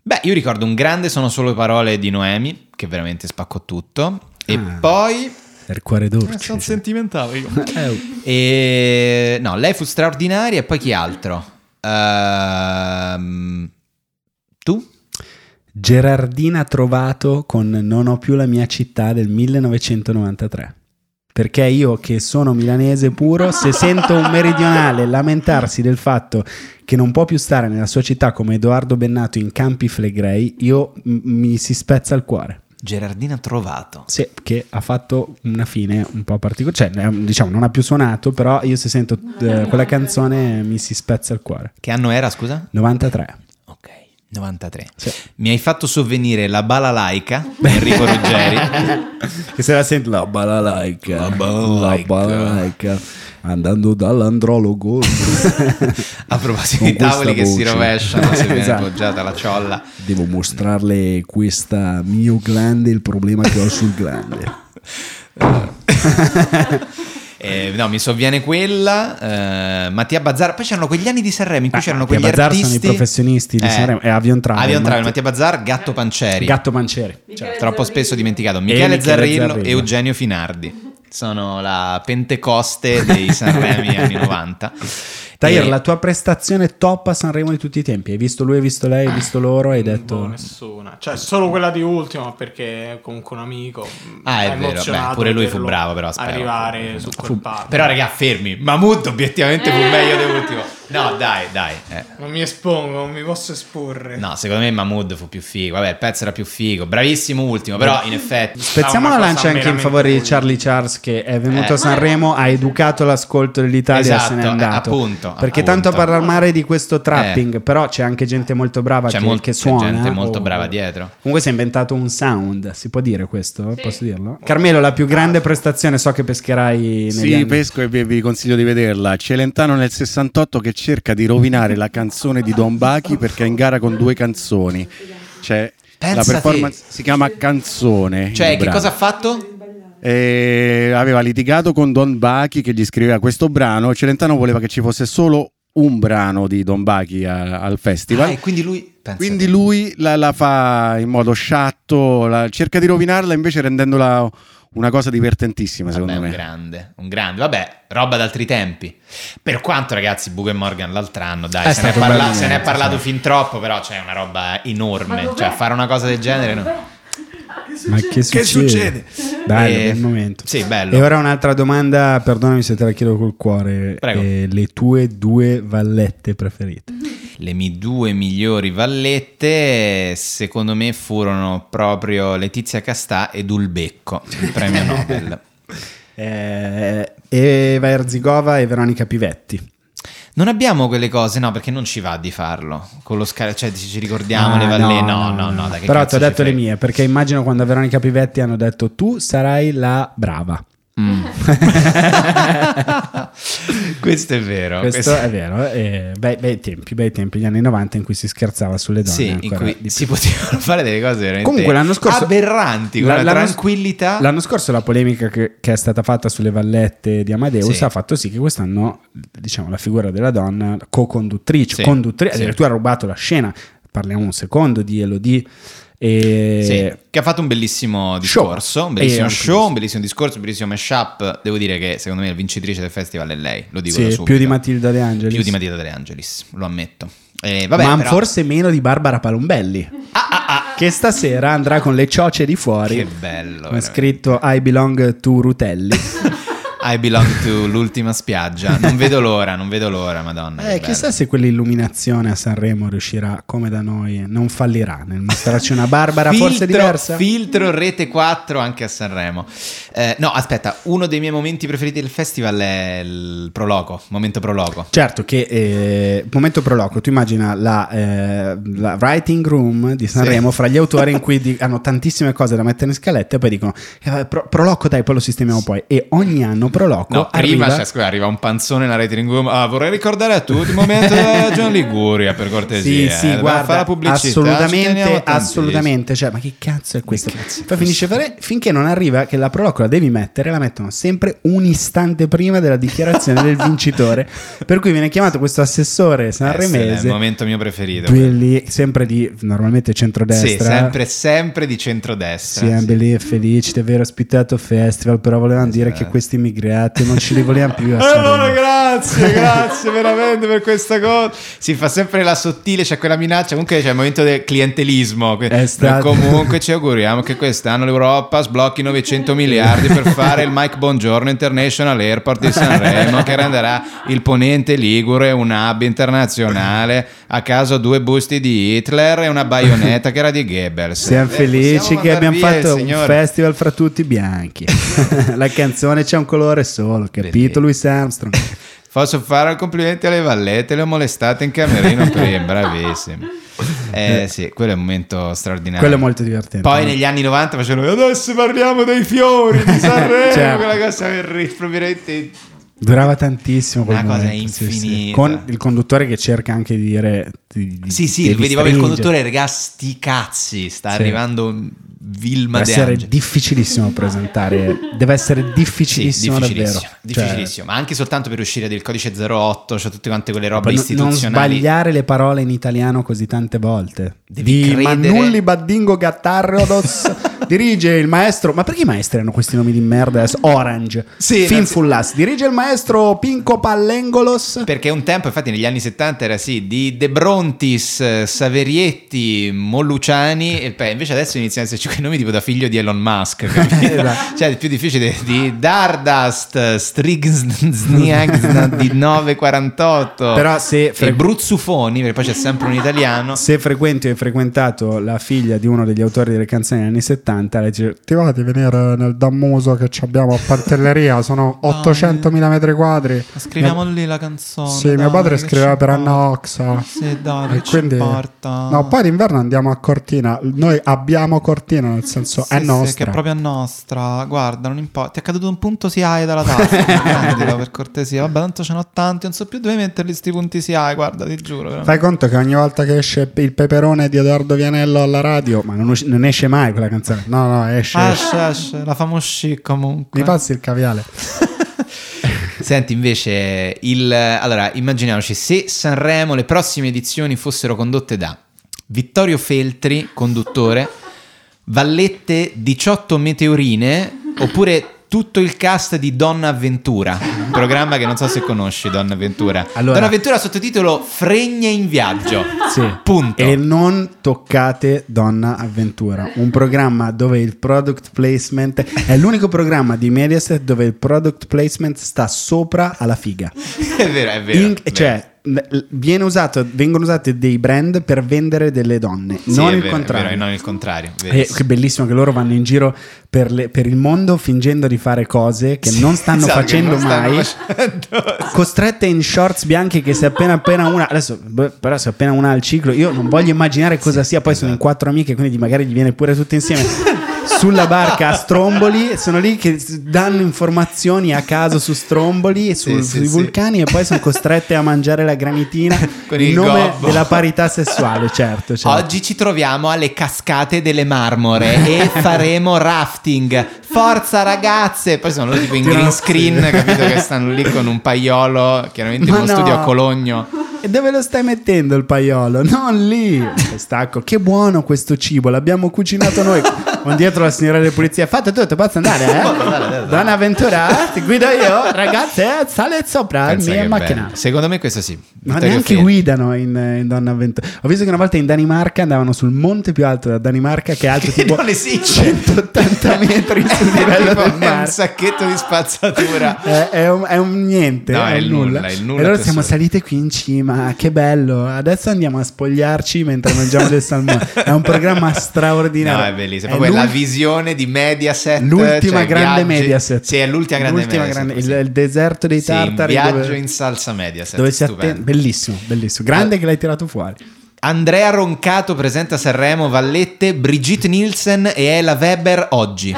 S1: Beh, io ricordo un grande Sono solo parole di Noemi, che veramente spaccò tutto. E
S2: Ah.
S1: poi...
S2: Per cuore dolce. cioè.
S1: Sono sentimentale io.
S2: Eh,
S1: E... No, lei fu straordinaria e poi chi altro? Ehm, Tu?
S2: Gerardina Trovato con Non ho più la mia città del 1993. Perché io che sono milanese puro, se sento un meridionale lamentarsi del fatto che non può più stare nella sua città come Edoardo Bennato in Campi Flegrei, io m- mi si spezza il cuore.
S1: Gerardina Trovato.
S2: Sì, che ha fatto una fine un po' particolare, cioè eh, diciamo non ha più suonato, però io se sento eh, quella canzone mi si spezza il cuore.
S1: Che anno era, scusa?
S2: 93.
S1: Ok, 93.
S2: Sì.
S1: Mi hai fatto sovvenire la balalaica di Enrico Ruggeri.
S2: che se la senti la balalaica la
S1: balalaica.
S2: andando dall'andrologo
S1: A proposito
S2: Con
S1: di tavoli
S2: questa
S1: che si
S2: voce.
S1: rovesciano, se viene
S2: Esatto.
S1: appoggiata la ciolla.
S2: devo mostrarle questa mio glande il problema che ho sul glande
S1: Eh, no, mi sovviene quella. eh, Mattia Bazzar. Poi c'erano quegli anni di Sanremo in cui
S2: Ah,
S1: c'erano
S2: Mattia
S1: quegli
S2: Bazzar
S1: artisti. Eh,
S2: sono i professionisti di Sanremo, e Avion Eh. Travel,
S1: Avion Travel,
S2: Matt-
S1: Mattia Bazzar, Gatto Panceri.
S2: gatto mancere
S3: Michele
S1: troppo
S3: Zarrillo.
S1: spesso dimenticato. Michele,
S2: Michele
S1: Zarrillo,
S2: Zarrillo.
S1: e Eugenio Finardi. Sono la Pentecoste dei Sanremi anni 90.
S2: Tahir
S1: E-
S2: la tua prestazione top a Sanremo di tutti i tempi hai visto lui hai visto lei hai visto loro hai
S5: Boh,
S2: detto
S5: nessuna. Cioè, solo quella di ultima, perché comunque un amico.
S1: Ah, è
S5: mh,
S1: vero.
S5: emozionato
S1: Beh, pure lui fu
S5: vederlo
S1: bravo, però, spero.
S5: Arrivare su quel palco.
S1: Però, raga, fermi. Mahmood obiettivamente fu meglio dell'ultimo. No, dai, dai. eh.
S5: Non mi espongo, non mi posso esporre.
S1: No, secondo me Mahmood fu più figo. Vabbè, il pezzo era più figo. Bravissimo ultimo, però in effetti...
S2: Spezziamo
S5: Ah,
S2: la
S5: una
S2: lancia
S5: cosa
S2: anche in
S5: veramente
S2: favore di
S5: buona.
S2: Charlie Charles che è venuto
S1: Eh.
S2: a Sanremo, ha educato l'ascolto dell'Italia e
S1: Esatto,
S2: se n'è
S1: eh,
S2: andato.
S1: appunto, appunto.
S2: Perché
S1: Eh,
S2: tanto a parlare male di questo trapping, però c'è anche gente molto brava
S1: C'è
S2: che,
S1: molta
S2: che suona.
S1: gente molto
S2: o-
S1: brava dietro.
S2: Comunque si è inventato un sound, si può dire questo?
S3: Sì.
S2: Posso dirlo? Carmelo, la più grande prestazione, so che pescherai negli
S6: Sì,
S2: anni.
S6: pesco e vi, vi consiglio di vederla. Celentano nel 68 che cerca di rovinare la canzone di Don Bachi perché è in gara con due canzoni. Cioè,
S1: Pensa
S6: la
S1: te.
S6: performance si chiama Canzone. il
S1: Cioè, che
S6: brano.
S1: cosa ha fatto?
S6: E aveva litigato con Don Bachi che gli scriveva questo brano. Celentano voleva che ci fosse solo un brano di Don Bachi a- al festival.
S1: Ah, e quindi lui... pensa
S6: Quindi
S1: te.
S6: lui la, la fa in modo sciatto, la- cerca di rovinarla invece rendendola una cosa divertentissima
S1: Vabbè,
S6: secondo
S1: un
S6: me.
S1: grande, un grande, vabbè, roba d'altri tempi. Per quanto, ragazzi, Book e Morgan l'altro anno, dai,
S2: Eh, È
S1: se ne, è
S2: stato un
S1: parla-
S2: bel
S1: se ne è
S2: momento,
S1: parlato fin troppo, però c'è una roba
S3: Ma
S1: enorme.
S3: dov'è?
S1: Cioè, fare una cosa del genere. No.
S2: Ma che succede? Bello,
S1: Eh,
S2: bel momento.
S1: Sì, bello.
S2: E ora un'altra domanda, perdonami se te la chiedo col cuore.
S1: Prego.
S2: Eh, le tue due vallette preferite?
S1: Le mie due migliori vallette, secondo me, furono proprio Letizia Castà ed Ulbecco, il premio Nobel.
S2: Eh, Eva Erzigova e Veronica Pivetti.
S1: Non abbiamo quelle cose, no, perché non ci va di farlo. Con lo scala, cioè ci ci ricordiamo le
S2: Ah,
S1: vallette. No, no, no. dai, che
S2: Però ti
S1: cazzo
S2: ho
S1: ci
S2: detto le
S1: frega.
S2: mie, perché immagino quando a Veronica Pivetti hanno detto tu sarai la brava.
S1: Mm. questo è vero.
S2: Questo è vero. eh, bei, bei tempi, bei tempi, gli anni 90 in cui si scherzava sulle donne.
S1: Sì, in
S2: ancora
S1: cui
S2: di più.
S1: si potevano fare delle cose veramente
S2: Comunque l'anno scorso...
S1: aberranti, con
S2: la-
S1: una
S2: l'anno-
S1: tranquillità.
S2: L'anno scorso la polemica che, che è stata fatta sulle vallette di Amadeus
S1: Sì.
S2: ha fatto sì che quest'anno, diciamo, la figura della donna, la co-conduttrice,
S1: Sì,
S2: conduttrice,
S1: sì.
S2: addirittura ha rubato la scena, parliamo un secondo di Elodie e...
S1: Sì, che ha fatto un bellissimo
S2: eh, Show.
S1: discorso, un
S2: E
S1: bellissimo
S2: anche
S1: show,
S2: questo.
S1: un bellissimo discorso, un bellissimo mashup. Devo dire che secondo me la vincitrice del festival è lei, lo dico
S2: Sì,
S1: da
S2: più
S1: subito.
S2: di Matilda De Angelis.
S1: Più di Matilda De Angelis, lo ammetto. Eh, vabbè,
S2: ma
S1: però- Ah,
S2: forse meno di Barbara Palombelli, che stasera andrà con le cioce di fuori.
S1: Che bello,
S2: Con
S1: veramente.
S2: scritto I belong to Rutelli.
S1: I belong to l'ultima spiaggia. Non vedo l'ora, non vedo l'ora, madonna. che
S2: Eh,
S1: bello.
S2: chissà se quell'illuminazione a Sanremo riuscirà, come da noi, non fallirà nel mostrarci una Barbara
S1: Filtro-
S2: forse diversa.
S1: Filtro Rete 4 anche a Sanremo. Eh, no, aspetta, uno dei miei momenti preferiti del festival è il proloco, momento proloco.
S2: Certo che, eh, momento proloco, tu immagina la, eh, la writing room di Sanremo fra gli autori in cui di- hanno tantissime cose da mettere in scaletta e poi dicono "Eh, vabbè, pro- proloco dai, poi lo sistemiamo poi. E ogni anno proloco
S1: No, arriva,
S2: arriva...
S1: cioè, scusa, arriva un panzone nella rete in gomma. Ah, vorrei ricordare a tutti il momento della Regione Liguria, per cortesia.
S2: Sì, sì,
S1: eh. Dobbiamo
S2: guarda,
S1: fare la pubblicità, ci teniamo
S2: assolutamente,
S1: tantissimo.
S2: assolutamente. Cioè, ma che cazzo è questo? Poi finisce fare- finché non arriva che la proloco la devi mettere, la mettono sempre un istante prima della dichiarazione del vincitore. Per cui viene chiamato questo assessore
S1: Eh, sì, È il
S2: sanremese.
S1: momento mio preferito.
S2: quelli sempre di normalmente centrodestra.
S1: Sì, sempre, sempre di centrodestra.
S2: Siamo
S1: sì.
S2: belli e felici di aver ospitato festival, però volevamo dire
S1: Esatto.
S2: che questi immigrati non ci li vogliamo più. a
S1: Eh, Allora,
S2: Sanremo.
S1: grazie, grazie veramente per questa cosa. Si fa sempre la sottile, c'è quella minaccia. Comunque c'è il momento del clientelismo. que-
S2: È
S1: noi
S2: stato-
S1: Comunque ci auguriamo che quest'anno l'Europa sblocchi 900 miliardi per fare il Mike Bongiorno International Airport di Sanremo, che renderà il ponente Ligure un hub internazionale. A caso due busti di Hitler e una baionetta che era di Goebbels.
S2: Siamo
S1: Eh,
S2: felici
S1: possiamo
S2: che
S1: mandar
S2: abbiamo
S1: via il
S2: fatto un
S1: signore.
S2: festival fra tutti bianchi. La canzone c'è un colore solo, capito
S1: Bellissimo.
S2: Louis Armstrong?
S1: Posso fare un complimento alle vallette, le ho molestate in camerino prima, bravissimi. Eh sì, quello è un momento straordinario.
S2: Quello è molto divertente.
S1: Poi negli anni 90 facevano adesso parliamo dei fiori di Sanremo,
S2: Certo.
S1: quella cosa che ri- propriamente...
S2: Durava tantissimo quel
S1: Una cosa
S2: momento, sì, sì.
S1: infinita.
S2: Con il conduttore che cerca anche di dire di- di-
S1: Sì, sì,
S2: devi
S1: vedi proprio il
S2: stringere.
S1: conduttore, regà, sti cazzi, sta
S2: Sì.
S1: arrivando Vilma
S2: Deve
S1: De
S2: essere
S1: Angeli.
S2: difficilissimo presentare, deve essere
S1: Sì,
S2: difficilissimo,
S1: difficilissimo,
S2: davvero. Cioè,
S1: difficilissimo, ma anche soltanto per uscire del codice 08, cioè tutte quante quelle robe
S2: poi non- non
S1: istituzionali.
S2: sbagliare le parole in italiano così tante volte.
S1: Devi
S2: di
S1: credere-
S2: Mannulli Baddingo Gattarrodos dirige il maestro. Ma perché i maestri hanno questi nomi di merda adesso? Orange,
S1: Sì,
S2: Finfullas, dirige il maestro Pinco Pallengolos.
S1: Perché un tempo, infatti, negli anni 70 era sì, di De Brontis, eh, Saverietti, Molluciani, e poi invece adesso iniziano a esserci quei nomi tipo da figlio di Elon Musk, capito?
S2: Esatto.
S1: cioè il più difficile di Dardust, Strigsniag di 948,
S2: Però se
S1: e
S2: fre-
S1: Bruzzufoni, perché poi c'è sempre un italiano.
S2: se frequenti o hai frequentato la figlia di uno degli autori delle canzoni degli anni 70, lei dice
S7: Ti va di venire nel dammoso che ci abbiamo a Pantelleria? Sono 800.000 metri quadri.
S8: eh. Ma Scriviamo lì la canzone.
S7: Sì, mio
S8: dai,
S7: padre
S8: che
S7: scriveva
S8: ci
S7: per
S8: importa.
S7: Anna Oxa.
S8: Sì, dai, che
S7: E
S8: ci
S7: quindi,
S8: importa.
S7: no, poi d'inverno andiamo a Cortina. Noi abbiamo Cortina, nel senso
S8: Sì,
S7: è
S8: sì,
S7: nostra.
S8: che è proprio nostra. Guarda, non importa. Ti è caduto un punto SIAE dalla tasca. prendilo, per cortesia. Vabbè, tanto ce n'ho tanti. Non so più dove metterli sti punti SIAE. Guarda, ti giuro. veramente.
S7: Fai conto che ogni volta che esce il peperone di Edoardo Vianello alla radio, ma non, usci- non esce mai quella canzone. No,
S8: Ah,
S7: no, esce. esce.
S8: Esce, esce, la famo uscì comunque.
S7: Mi passi il caviale.
S1: Senti, invece, il, allora, immaginiamoci se Sanremo, le prossime edizioni fossero condotte da Vittorio Feltri, conduttore, Vallette 18 meteorine, oppure tutto il cast di Donna Avventura, un programma che non so se conosci, Donna Avventura.
S2: Allora-
S1: Donna Avventura sottotitolo Fregne in viaggio.
S2: Sì.
S1: Punto.
S2: E non toccate Donna Avventura, un programma dove il product placement è l'unico programma di Mediaset dove il product placement sta sopra alla figa.
S1: È vero, è vero.
S2: In-
S1: è vero.
S2: cioè, l- viene usato- vengono usati dei brand per vendere delle donne,
S1: Sì,
S2: non
S1: è
S2: il
S1: vero, è
S2: contrario. Eh,
S1: vero, non il contrario.
S2: E
S1: verissimo.
S2: che bellissimo che loro vanno in giro per, le- per il mondo fingendo di fare cose che
S1: Sì,
S2: non stanno
S1: esatto, che
S2: facendo
S1: non stanno
S2: mai,
S1: facendo.
S2: costrette in shorts bianchi che se appena appena una, adesso beh, però se appena una ha il ciclo, io non voglio immaginare cosa sia, poi sono in quattro amiche, quindi magari gli viene pure tutte insieme. Sulla barca a Stromboli sono lì che s- danno informazioni a caso su Stromboli e sul-
S1: Sì, sì,
S2: sui
S1: sì.
S2: vulcani e poi sono costrette a mangiare la granitina
S1: Con
S2: in
S1: il
S2: nome
S1: gobbo.
S2: della parità sessuale, certo. certo.
S1: Oggi ci troviamo alle cascate delle marmore e faremo rafting. Forza ragazze! Poi sono loro tipo in green screen, capito che stanno lì con un paiolo, chiaramente in
S2: Ma
S1: uno
S2: no.
S1: studio a Cologno.
S2: E dove lo stai mettendo il paiolo? Non lì.
S1: Eh.
S2: Stacco. Che buono questo cibo, l'abbiamo cucinato noi. Con dietro la signora delle pulizie. Fatto tutto, posso andare, eh? Buona avventura, ti guido io. Ragazze, eh, sale sopra la
S1: Pensa che
S2: mia
S1: è
S2: macchina.
S1: bello. Secondo me questo sì.
S2: Ma
S1: Vittorio
S2: neanche
S1: Feltri.
S2: guidano in, in Donna Avventura. Ho visto che una volta in Danimarca andavano sul monte più alto della Danimarca, che è alto tipo
S1: non esiste.
S2: 180 metri sul livello
S1: Tipo,
S2: del
S1: è un
S2: mare.
S1: sacchetto di spazzatura.
S2: È, Eh, è un, è un niente,
S1: No,
S2: è,
S1: è
S2: un
S1: il
S2: nulla.
S1: nulla, è il nulla
S2: E allora
S1: più
S2: siamo
S1: assoluto.
S2: salite qui in cima, che bello. Adesso andiamo a spogliarci mentre mangiamo del salmone. È un programma straordinario.
S1: No, è bellissimo. È proprio la
S2: l'ul-
S1: visione di Mediaset.
S2: L'ultima
S1: cioè
S2: grande
S1: viaggi-
S2: Mediaset.
S1: Sì, è l'ultima grande Mediaset,
S2: grande-
S1: sì.
S2: il, il deserto dei
S1: Sì, un
S2: tartari.
S1: viaggio
S2: dove,
S1: in salsa Mediaset.
S2: dove si
S1: stupendo.
S2: attende. Bellissimo, bellissimo. Grande che l'hai tirato fuori.
S1: Andrea Roncato presenta Sanremo, Vallette, Brigitte Nielsen e Ela Weber oggi.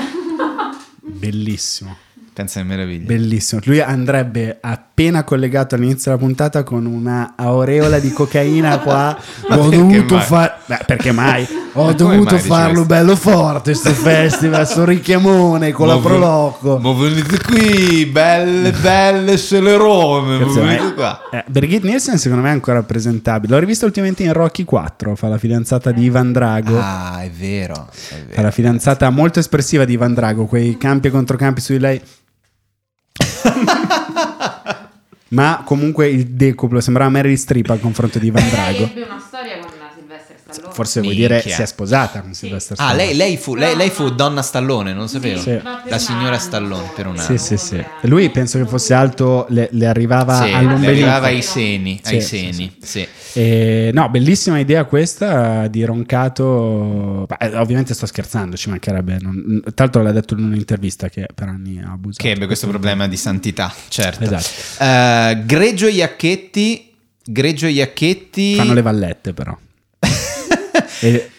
S2: Bellissimo.
S1: Pensa che meraviglia.
S2: Bellissimo, lui andrebbe appena collegato all'inizio della puntata con una aureola di cocaina qua.
S1: Ma
S2: ho
S1: perché
S2: dovuto
S1: mai?
S2: fare... perché mai? Ho
S1: Ma come mai
S2: dovuto
S1: dici
S2: farlo
S1: questo?
S2: bello forte sto festival, sto richiamone con la
S1: Ma ve-
S2: Proloco.
S1: Ma venite qui, belle, belle celerone. Ma
S2: Cazzo,
S1: venite
S2: eh,
S1: qua.
S2: eh, Birgit Nielsen secondo me è ancora presentabile. L'ho rivista ultimamente in Rocky 4, fa la fidanzata di Ivan Drago.
S1: Ah, è vero. È
S2: Fa
S1: vero.
S2: la fidanzata molto espressiva di Ivan Drago, quei campi e controcampi su di lei. Ma comunque il decuplo sembrava Meryl Streep al confronto di Ivan
S3: Lei
S2: Drago.
S3: ebbe una storia con la Sylvester Stallone.
S2: Forse vuol
S1: Minchia.
S2: dire si è sposata con Sylvester
S1: Ah,
S2: Stallone.
S1: lei, lei fu, lei, lei fu Donna Stallone, non lo sapevo.
S2: Sì.
S3: Ma per
S1: La
S3: un
S1: signora
S3: anno,
S1: Stallone per un anno.
S2: Sì, sì, sì. E Lui penso che fosse alto, le, le arrivava
S1: Sì, le
S2: all'ombelico.
S1: arrivava ai seni, ai
S2: Sì, sì,
S1: seni, sì.
S2: Eh, no, bellissima idea questa di Roncato. Beh, eh, ovviamente sto scherzando, ci mancherebbe. non- Tra l'altro l'ha detto in un'intervista che per anni ha abusato.
S1: Che ebbe questo problema di santità, certo.
S2: Esatto.
S1: Eh, Greggio Iacchetti, Greggio Iacchetti,
S2: Fanno le vallette però. E-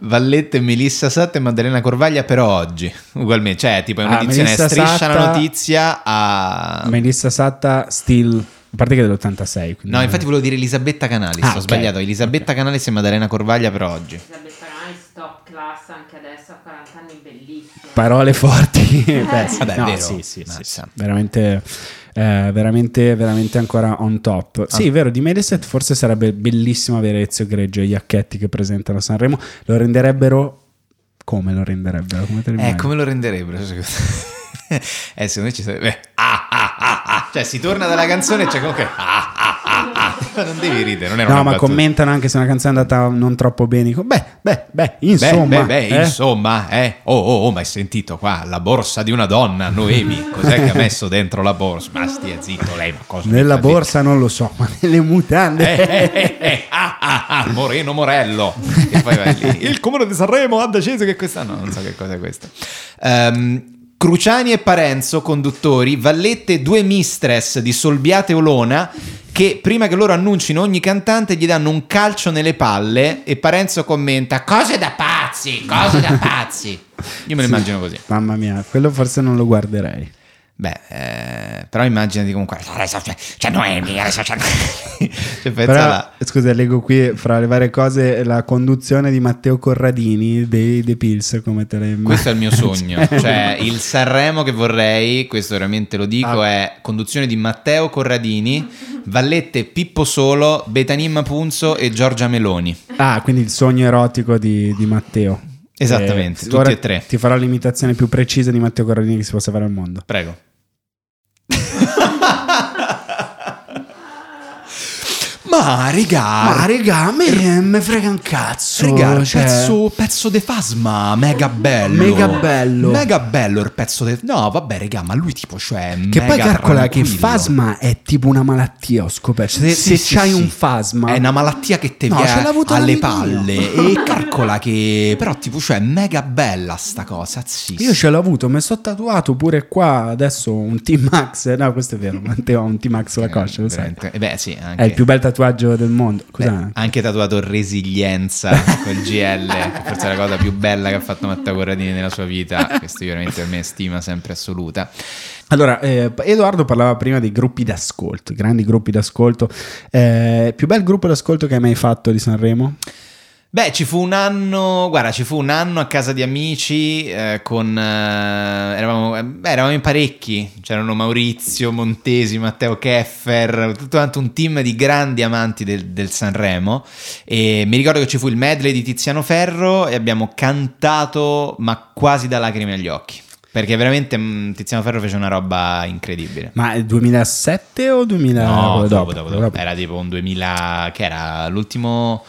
S1: Vallette, Melissa Satta e Maddalena Corvaglia però oggi, ugualmente, cioè tipo è un'edizione
S2: Ah, Melissa
S1: striscia la
S2: Satta-
S1: notizia a...
S2: Melissa Satta, Still, a parte che è dell'86.
S1: No, infatti volevo dire Elisabetta Canalis,
S2: Mm. Ah,
S1: ho
S2: ok.
S1: sbagliato, Elisabetta Canalis e Maddalena Corvaglia però oggi.
S3: Elisabetta Nice, top class anche adesso a 40 anni, bellissima.
S2: Parole forti. Beh, sì,
S1: Eh, Vabbè, è
S2: no,
S1: vero.
S2: sì, sì, sì,
S1: Mazza.
S2: Veramente, eh, veramente, veramente ancora on top.
S1: Ah.
S2: Sì, è vero, di Mediaset forse sarebbe bellissimo avere Ezio Greggio e Iacchetti che presentano Sanremo. Lo renderebbero... Come lo renderebbero? Come te lo
S1: Eh,
S2: immagini?
S1: come lo renderebbero? secondo te? eh, secondo me ci sarebbe... eh, Ah, ah, ah, ah. Cioè, si torna dalla canzone e c'è comunque... Ah, ah, ah, ah. Non devi ridere, non è una
S2: No, ma
S1: battuta.
S2: commentano anche se una canzone è andata non troppo bene. dico, Beh, beh, beh, Eh, insomma.
S1: beh, beh, beh,
S2: eh.
S1: insomma, eh. Oh, oh, oh, ma hai sentito qua la borsa di una donna, Noemi. Cos'è che ha messo dentro la borsa? Ma stia zitto, lei, ma cosa? mi
S2: Nella
S1: fa dire?
S2: borsa non lo so, ma nelle mutande.
S1: Eh, eh, eh, eh, ah, ah, ah, Moreno Morello. E poi vai lì. Il comune di Sanremo ha deciso che questa. No, non so che cosa è questa. Ehm, Cruciani e Parenzo, conduttori, Vallette, due mistress di Solbiate Olona. Che prima che loro annuncino ogni cantante gli danno un calcio nelle palle e Parenzo commenta: Cose da pazzi, cose da pazzi. Io me lo
S2: Sì.
S1: immagino così.
S2: Mamma mia, quello forse non lo guarderei.
S1: Beh, eh, però immaginati comunque. Adesso c'è, c'è Noemi, adesso c'è. cioè,
S2: Però,
S1: pensava.
S2: scusa, leggo qui fra le varie cose la conduzione di Matteo Corradini dei The Pills, come te le immagini.
S1: Questo è il mio sogno, cioè il Sanremo che vorrei, questo veramente lo dico,
S2: Ah.
S1: è conduzione di Matteo Corradini, Vallette Pippo Solo, Betanim Mapunzo e Giorgia Meloni.
S2: Ah, quindi il sogno erotico di, di Matteo. Eh,
S1: Esattamente, tutti
S2: ora
S1: e tre.
S2: Ti farò l'imitazione più precisa di Matteo Corradini che si possa fare al mondo.
S1: Prego. Ma Ah, regà,
S2: regà, me me frega un cazzo. cioè,
S1: Regà, il pezzo, pezzo de Fasma, mega bello.
S2: Mega bello.
S1: Mega bello il pezzo de... No, vabbè, regà, ma lui tipo, cioè...
S2: Che poi
S1: mega
S2: calcola che
S1: tranquillo.
S2: Fasma è tipo una malattia, ho scoperto. Se,
S1: Sì,
S2: se
S1: sì,
S2: c'hai
S1: sì. Eh,
S2: un Fasma...
S1: È una malattia che te
S2: No, ce l'ha
S1: viene
S2: avuto
S1: alle
S2: l'amichino.
S1: palle. E calcola che... Però tipo, cioè, è mega bella sta cosa, sì.
S2: Io ce l'ho avuto, mi sono tatuato pure qua adesso un T-Max. No, questo è vero, Matteo ha un T-Max sulla coscia, lo sai.
S1: Veramente. Eh beh, sì, anche... Eh.
S2: È il più bel tatuaggio del mondo.
S1: Beh,
S2: Cos'è?
S1: anche tatuato resilienza col GL, che forse è la cosa più bella che ha fatto Matteo Corradini nella sua vita. Questo io veramente per me è stima sempre assoluta.
S2: Allora, eh, Edoardo parlava prima dei gruppi d'ascolto, grandi gruppi d'ascolto. Eh, più bel gruppo d'ascolto che hai mai fatto di Sanremo?
S1: Beh, ci fu un anno, guarda, ci fu un anno a casa di amici eh, con... eh, eravamo, eh, beh, eravamo in parecchi, c'erano Maurizio, Montesi, Matteo Keffer, tutto quanto un team di grandi amanti del, del Sanremo e mi ricordo che ci fu il medley di Tiziano Ferro e abbiamo cantato ma quasi da lacrime agli occhi, perché veramente mh, Tiziano Ferro fece una roba incredibile.
S2: Ma il 2007 o 2000?
S1: No,
S2: quello
S1: dopo, dopo, Eh, dopo. Era tipo un 2000, che era l'ultimo,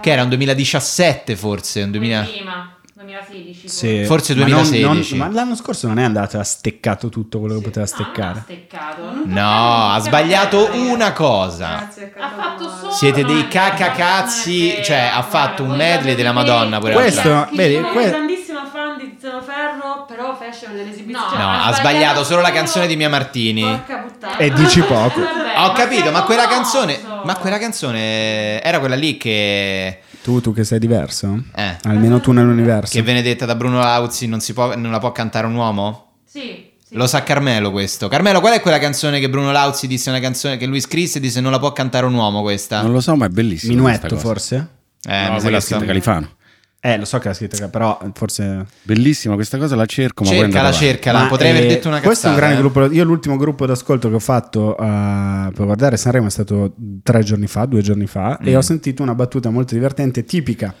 S1: che era un 2017 forse, un 2000,
S3: Prima, 2016.
S2: Sì.
S1: forse
S2: Ma non-
S1: 2016.
S2: non- Ma, l'anno scorso non è andato, ha steccato tutto quello che
S3: Ah,
S2: poteva
S3: steccare.
S2: steccare.
S1: No, ha sbagliato una cosa.
S2: Ah.
S3: Ha fatto solo
S1: Siete dei
S3: no,
S1: cacacazzi,
S3: non è vero,
S1: cioè, ha
S3: guarda,
S1: fatto un
S3: voi
S1: medley
S3: parlate
S1: della
S3: di me,
S1: Madonna pure
S2: Questo-
S3: che dicono
S2: vedi,
S3: che è
S2: eh, que-
S3: un grandissimo fan di Tiziano Ferro, però fashion dell'esibizione.
S1: No, ha sbagliato solo la canzone di Mia Martini.
S3: Porca puttana.
S2: E dici poco.
S3: Vabbè,
S1: Ho capito,
S3: sei
S1: ma quella
S3: famoso.
S1: canzone, ma quella canzone era quella lì che
S2: Tu, tu che sei diverso?
S6: Ah,
S1: eh,
S2: Almeno tu nell'universo.
S1: che viene detta da Bruno Lauzi, non si può non la può cantare un uomo?
S3: Sì, sì.
S1: Lo sa Carmelo questo. Carmelo, qual è quella canzone che Bruno Lauzi disse una canzone che lui scrisse e disse non la può cantare un uomo questa?
S6: Non lo so, ma è bellissimo.
S2: Minuetto forse?
S1: Eh, mi sa
S6: quella
S1: che sto-
S6: scritta Califano.
S2: Eh, lo so che l'ha scritta, però forse...
S6: Bellissima questa cosa, la cerco, ma poi
S1: Cercala,
S6: andate avanti.
S1: cercala.
S2: Ma,
S1: Potrei aver
S2: eh,
S1: detto una cazzata.
S2: Questo è un grande
S1: eh.
S2: gruppo. Io l'ultimo gruppo d'ascolto che ho fatto eh, per guardare Sanremo è stato tre giorni fa, due giorni fa,
S1: Mm.
S2: e ho sentito una battuta molto divertente, tipica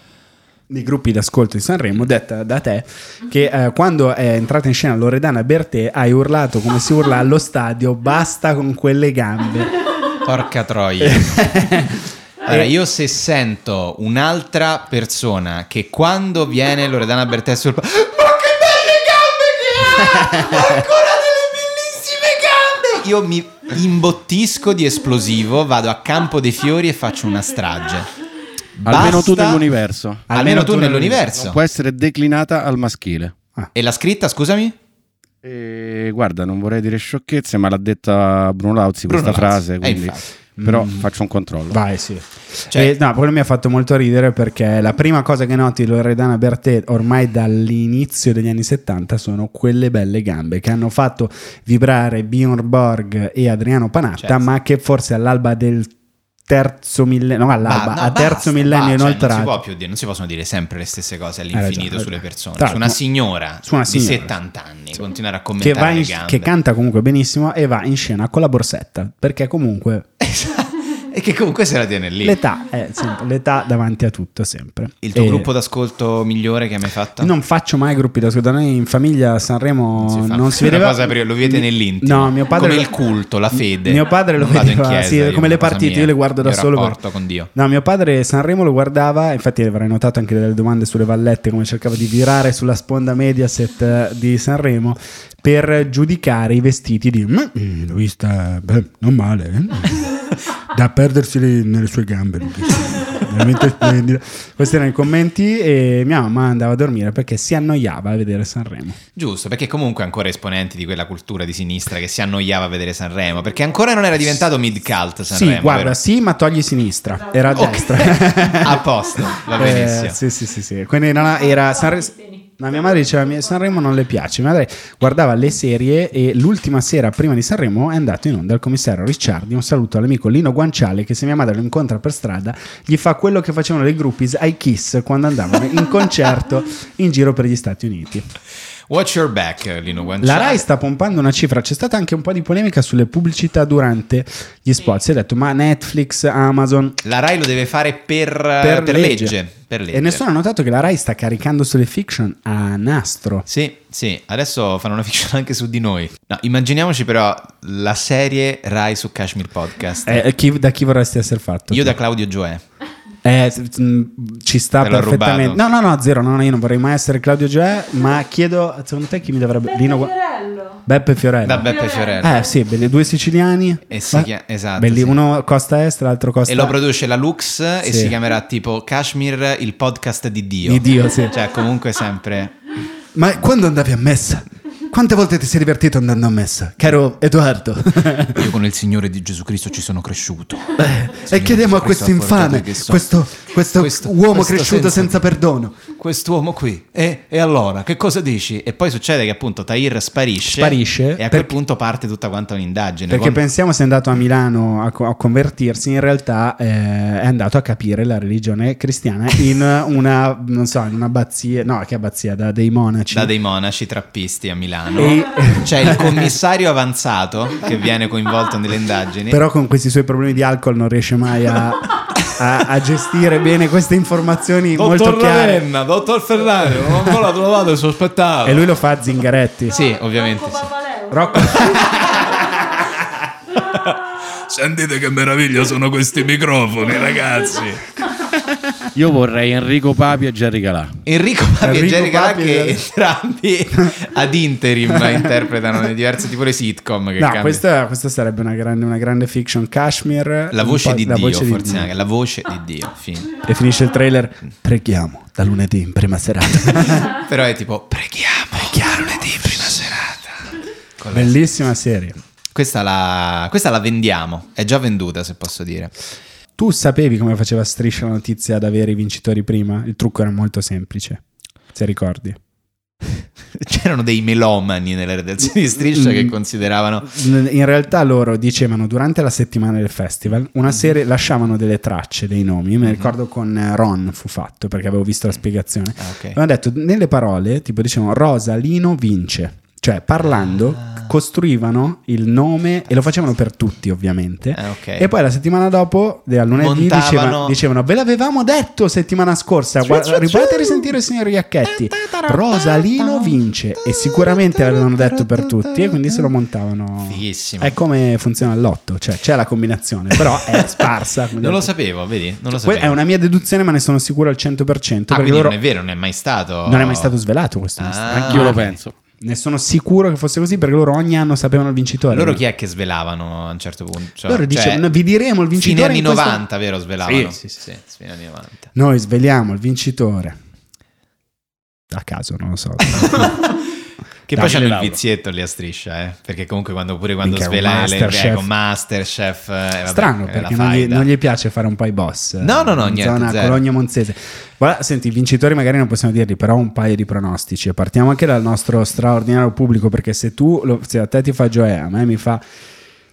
S2: dei gruppi d'ascolto di Sanremo, detta da te, che eh, quando è entrata in scena Loredana Bertè hai urlato come si urla allo stadio, basta con quelle gambe.
S1: Porca troia. Allora, io se sento un'altra persona che quando viene Loredana Bertè sul pa- Ma che belle gambe che ha! Ha Ancora delle bellissime gambe! Io mi imbottisco di esplosivo, vado a Campo dei Fiori e faccio una strage.
S6: Almeno tu
S1: Basta-
S6: nell'universo.
S1: Almeno, tu nell'universo.
S6: Non può essere declinata al maschile.
S1: E la scritta, scusami?
S6: E guarda, non vorrei dire sciocchezze, ma l'ha detta Bruno Lauzi
S1: Bruno
S6: questa
S1: Lauzi.
S6: frase,
S1: Eh,
S6: quindi-
S1: infatti. Mm.
S6: però faccio un controllo.
S2: Vai, sì.
S1: Cioè-
S2: Eh, no, quello mi ha fatto molto ridere perché la prima cosa che noti Loredana Bertè ormai dall'inizio degli anni 70 sono quelle belle gambe che hanno fatto vibrare Bjorn Borg e Adriano Panatta,
S1: Certo.
S2: ma che forse all'alba del terzo millennio, no, all'alba,
S1: Ma- no,
S2: a
S1: basta,
S2: terzo millennio
S1: va, cioè,
S2: inoltrato.
S1: non si può più dire, non si possono dire sempre le stesse cose
S2: Hai
S1: all'infinito
S2: ragione,
S1: sulle
S2: hai
S1: persone.
S2: ragione.
S1: su una signora
S2: Su una
S1: di
S2: signora.
S1: 70 anni,
S2: Sì.
S1: continuare a
S2: che,
S1: commentare
S2: va in-
S1: le gambe.
S2: che canta comunque benissimo e va in scena con la borsetta perché comunque
S1: Esatto. e che comunque se la tiene lì.
S2: l'età è sempre- l'età davanti a tutto sempre
S1: Il tuo
S2: E-
S1: gruppo d'ascolto migliore che hai mai fatto?
S2: Non faccio mai gruppi d'ascolto. Da noi in famiglia a Sanremo
S1: Non si fa.
S2: non si
S1: È una
S2: vedeva.
S1: cosa per- lo vedete nell'intimo.
S2: No, mio padre
S1: Come il culto, la fede.
S2: Mio padre lo
S1: Non vado in
S2: vedeva,
S1: chiesa
S2: sì,
S1: io,
S2: come
S1: è
S2: le
S1: una cosa
S2: partite,
S1: mia.
S2: io le guardo da
S1: Il mio
S2: solo.
S1: rapporto con Dio.
S2: No, mio padre Sanremo lo guardava, infatti avrai notato anche delle domande sulle vallette, come cercava di virare sulla sponda Mediaset eh, di Sanremo per giudicare i vestiti di...
S7: Ma eh, l'ho vista, beh, non male, eh. da perdersi lì nelle sue gambe. Luchino. Veramente splendida.
S2: Questi erano i commenti e mia mamma andava a dormire perché si annoiava a vedere Sanremo.
S1: Giusto, perché comunque ancora esponenti di quella cultura di sinistra che si annoiava a vedere Sanremo, perché ancora non era diventato mid-cult Sanremo.
S2: sì, guarda,
S1: vero?
S2: sì, ma togli sinistra, era a
S1: Ok.
S2: destra.
S1: a posto, va
S2: Eh,
S1: benissimo.
S2: sì, sì, sì, sì. Quindi no, no, era Sanremo.
S3: Tieni.
S2: Ma mia madre diceva: "Mi- Sanremo non le piace. Mia madre guardava le serie e l'ultima sera prima di Sanremo è andato in onda il commissario Ricciardi. Un saluto all'amico Lino Guanciale che se mia madre lo incontra per strada gli fa quello che facevano le groupies ai Kiss quando andavano in concerto in giro per gli Stati Uniti.
S1: Watch your back, Lino
S2: La
S1: Guanciale.
S2: Rai sta pompando una cifra, c'è stata anche un po' di polemica sulle pubblicità durante gli spot. Si è detto ma Netflix, Amazon,
S1: La Rai lo deve fare per,
S2: per,
S1: Eh, per legge. Per legge.
S2: E nessuno ha notato che la Rai sta caricando sulle fiction a nastro.
S1: Sì, sì, adesso fanno una fiction anche su di noi. No, immaginiamoci però la serie Rai su Kashmir Podcast.
S2: Eh, chi- da chi vorresti essere fatto?
S1: Io da Claudio Gioè.
S2: Eh, s- mh, ci sta
S1: Te l'ho
S2: perfettamente.
S1: rubato.
S2: No, no, no, zero. No, no, io non vorrei mai essere Claudio Gioè, ma chiedo secondo te chi mi dovrebbe.
S3: Lino
S2: Gua-
S3: Fiorello.
S2: Beppe Fiorello.
S1: Da Beppe Fiorello.
S2: Eh, sì, belli, due siciliani.
S1: E si
S2: Ma-
S1: chia- esatto,
S2: belli,
S1: sì.
S2: Uno costa est, l'altro costa
S1: E lo produce la Lux e
S2: Sì.
S1: si chiamerà tipo Kashmir il podcast di Dio.
S2: di Dio, sì.
S1: Cioè, comunque sempre.
S7: Ma quando andavi a messa? Quante volte ti sei divertito andando a messa? Caro Edoardo.
S1: Io con il Signore di Gesù Cristo ci sono cresciuto.
S7: e chiediamo a questo infame, questo, questo
S1: Questo-
S7: uomo
S1: questo
S7: cresciuto
S1: senza-
S7: senza perdono.
S1: Quest'uomo qui. E, e allora, che cosa dici? E poi succede che appunto Tahir sparisce.
S2: Sparisce,
S1: E a quel
S2: perché-
S1: punto parte tutta quanta un'indagine.
S2: Perché
S1: Quando-
S2: pensiamo sia andato a Milano a, co- a convertirsi, in realtà eh, è andato a capire la religione cristiana in una, non so, in un'abbazia, no, che abbazia, da dei monaci.
S1: da dei monaci trappisti a Milano.
S2: E-
S1: C'è il commissario avanzato che viene coinvolto nelle indagini.
S2: Però con questi suoi problemi di alcol non riesce mai a, a- a gestire bene queste informazioni molto chiare.
S1: dottor Ferrari, non ho ancora trovato il sospettato.
S2: E lui lo fa a Zingaretti.
S1: Sì, ovviamente.
S3: Rocco
S1: sì.
S3: Papaleo.
S2: Rocco-
S9: Sentite che meraviglia sono questi microfoni, ragazzi.
S6: Io vorrei Enrico Papi e Jerry Calà.
S1: Enrico Papi e
S2: Enrico
S1: Jerry Calà
S2: Papi
S1: che
S2: e-
S1: entrambi ad interim interpretano le diverse tipo le sitcom che
S2: No,
S1: cambiano.
S2: questa, questa sarebbe una grande, una grande fiction. Kashmir.
S1: La
S2: un
S1: voce
S2: po-
S1: di
S2: la
S1: Dio,
S2: voce di
S1: forse
S2: Dio.
S1: anche, la voce di Dio, fine.
S2: E finisce il trailer. Preghiamo da lunedì in prima serata.
S1: Però è tipo, preghiamo, preghiamo lunedì prima serata. Con la-
S2: Bellissima serie.
S1: Questa la, questa la vendiamo, è già venduta se posso dire.
S2: Tu sapevi come faceva Striscia la notizia ad avere i vincitori prima? Il trucco era molto semplice. Se ricordi,
S1: C'erano dei melomani nella redazione di Striscia che
S2: Mm.
S1: consideravano
S2: in realtà loro dicevano durante la settimana del festival una serie lasciavano delle tracce dei nomi. Me ne ricordo con eh, Ron fu fatto perché avevo visto la spiegazione.
S1: Ah, ok.
S2: Avevano detto nelle parole, tipo dicevano Rosa Lino vince. Cioè, parlando, costruivano il nome e lo facevano per tutti, ovviamente.
S1: Ah, ok.
S2: E poi la settimana dopo, a lunedì,
S1: Montavano- Cioè,
S2: dicevano, dicevano: Ve l'avevamo detto settimana scorsa. Guarda, riprovate a risentire il signor Iacchetti. Rosalino vince. E sicuramente l'avevano detto per tutti. E quindi se lo montavano.
S1: Fighissimo.
S2: È come funziona il lotto, cioè c'è la combinazione, Ecco, però è sparsa. quindi-
S1: Non lo sapevo, vedi? Non lo
S2: Que-
S1: sapevo.
S2: È una mia deduzione, ma ne sono sicuro al 100%.
S1: Ah,
S2: perché
S1: quindi
S2: loro-
S1: non è vero, non è mai stato.
S2: non è mai stato svelato questo mistero.
S1: Ah,
S6: Anch'io lo penso.
S2: Ne sono sicuro che fosse così perché loro ogni anno sapevano il vincitore.
S1: Loro chi è che svelavano a un certo punto? Cioè,
S2: Loro dicevano, "Vi diremo il vincitore
S1: Fine anni
S2: in questo-"
S1: 90, vero? Svelavano.
S2: Sì, sì, sì.
S1: fine anni 90.
S2: Noi sveliamo il vincitore. A caso, non lo so.
S1: Eh, Che poi
S6: Davide
S1: c'hanno il
S6: Lauro.
S1: vizietto lì a striscia, eh? Perché comunque quando, pure quando
S2: Minchia,
S1: svela le
S2: Masterchef.
S1: idee con Masterchef. eh, vabbè,
S2: Strano
S1: è la
S2: perché non gli,
S1: faida.
S2: non gli piace fare un po' i boss. eh,
S1: No, no, no,
S2: in
S1: niente,
S2: Zona
S1: zero.
S2: Cologno Monzese. Guarda, senti, i vincitori magari non possiamo dirli, però un paio di pronostici. E Partiamo anche dal nostro straordinario pubblico perché se tu, lo- se a te ti fa Gioè, a me mi fa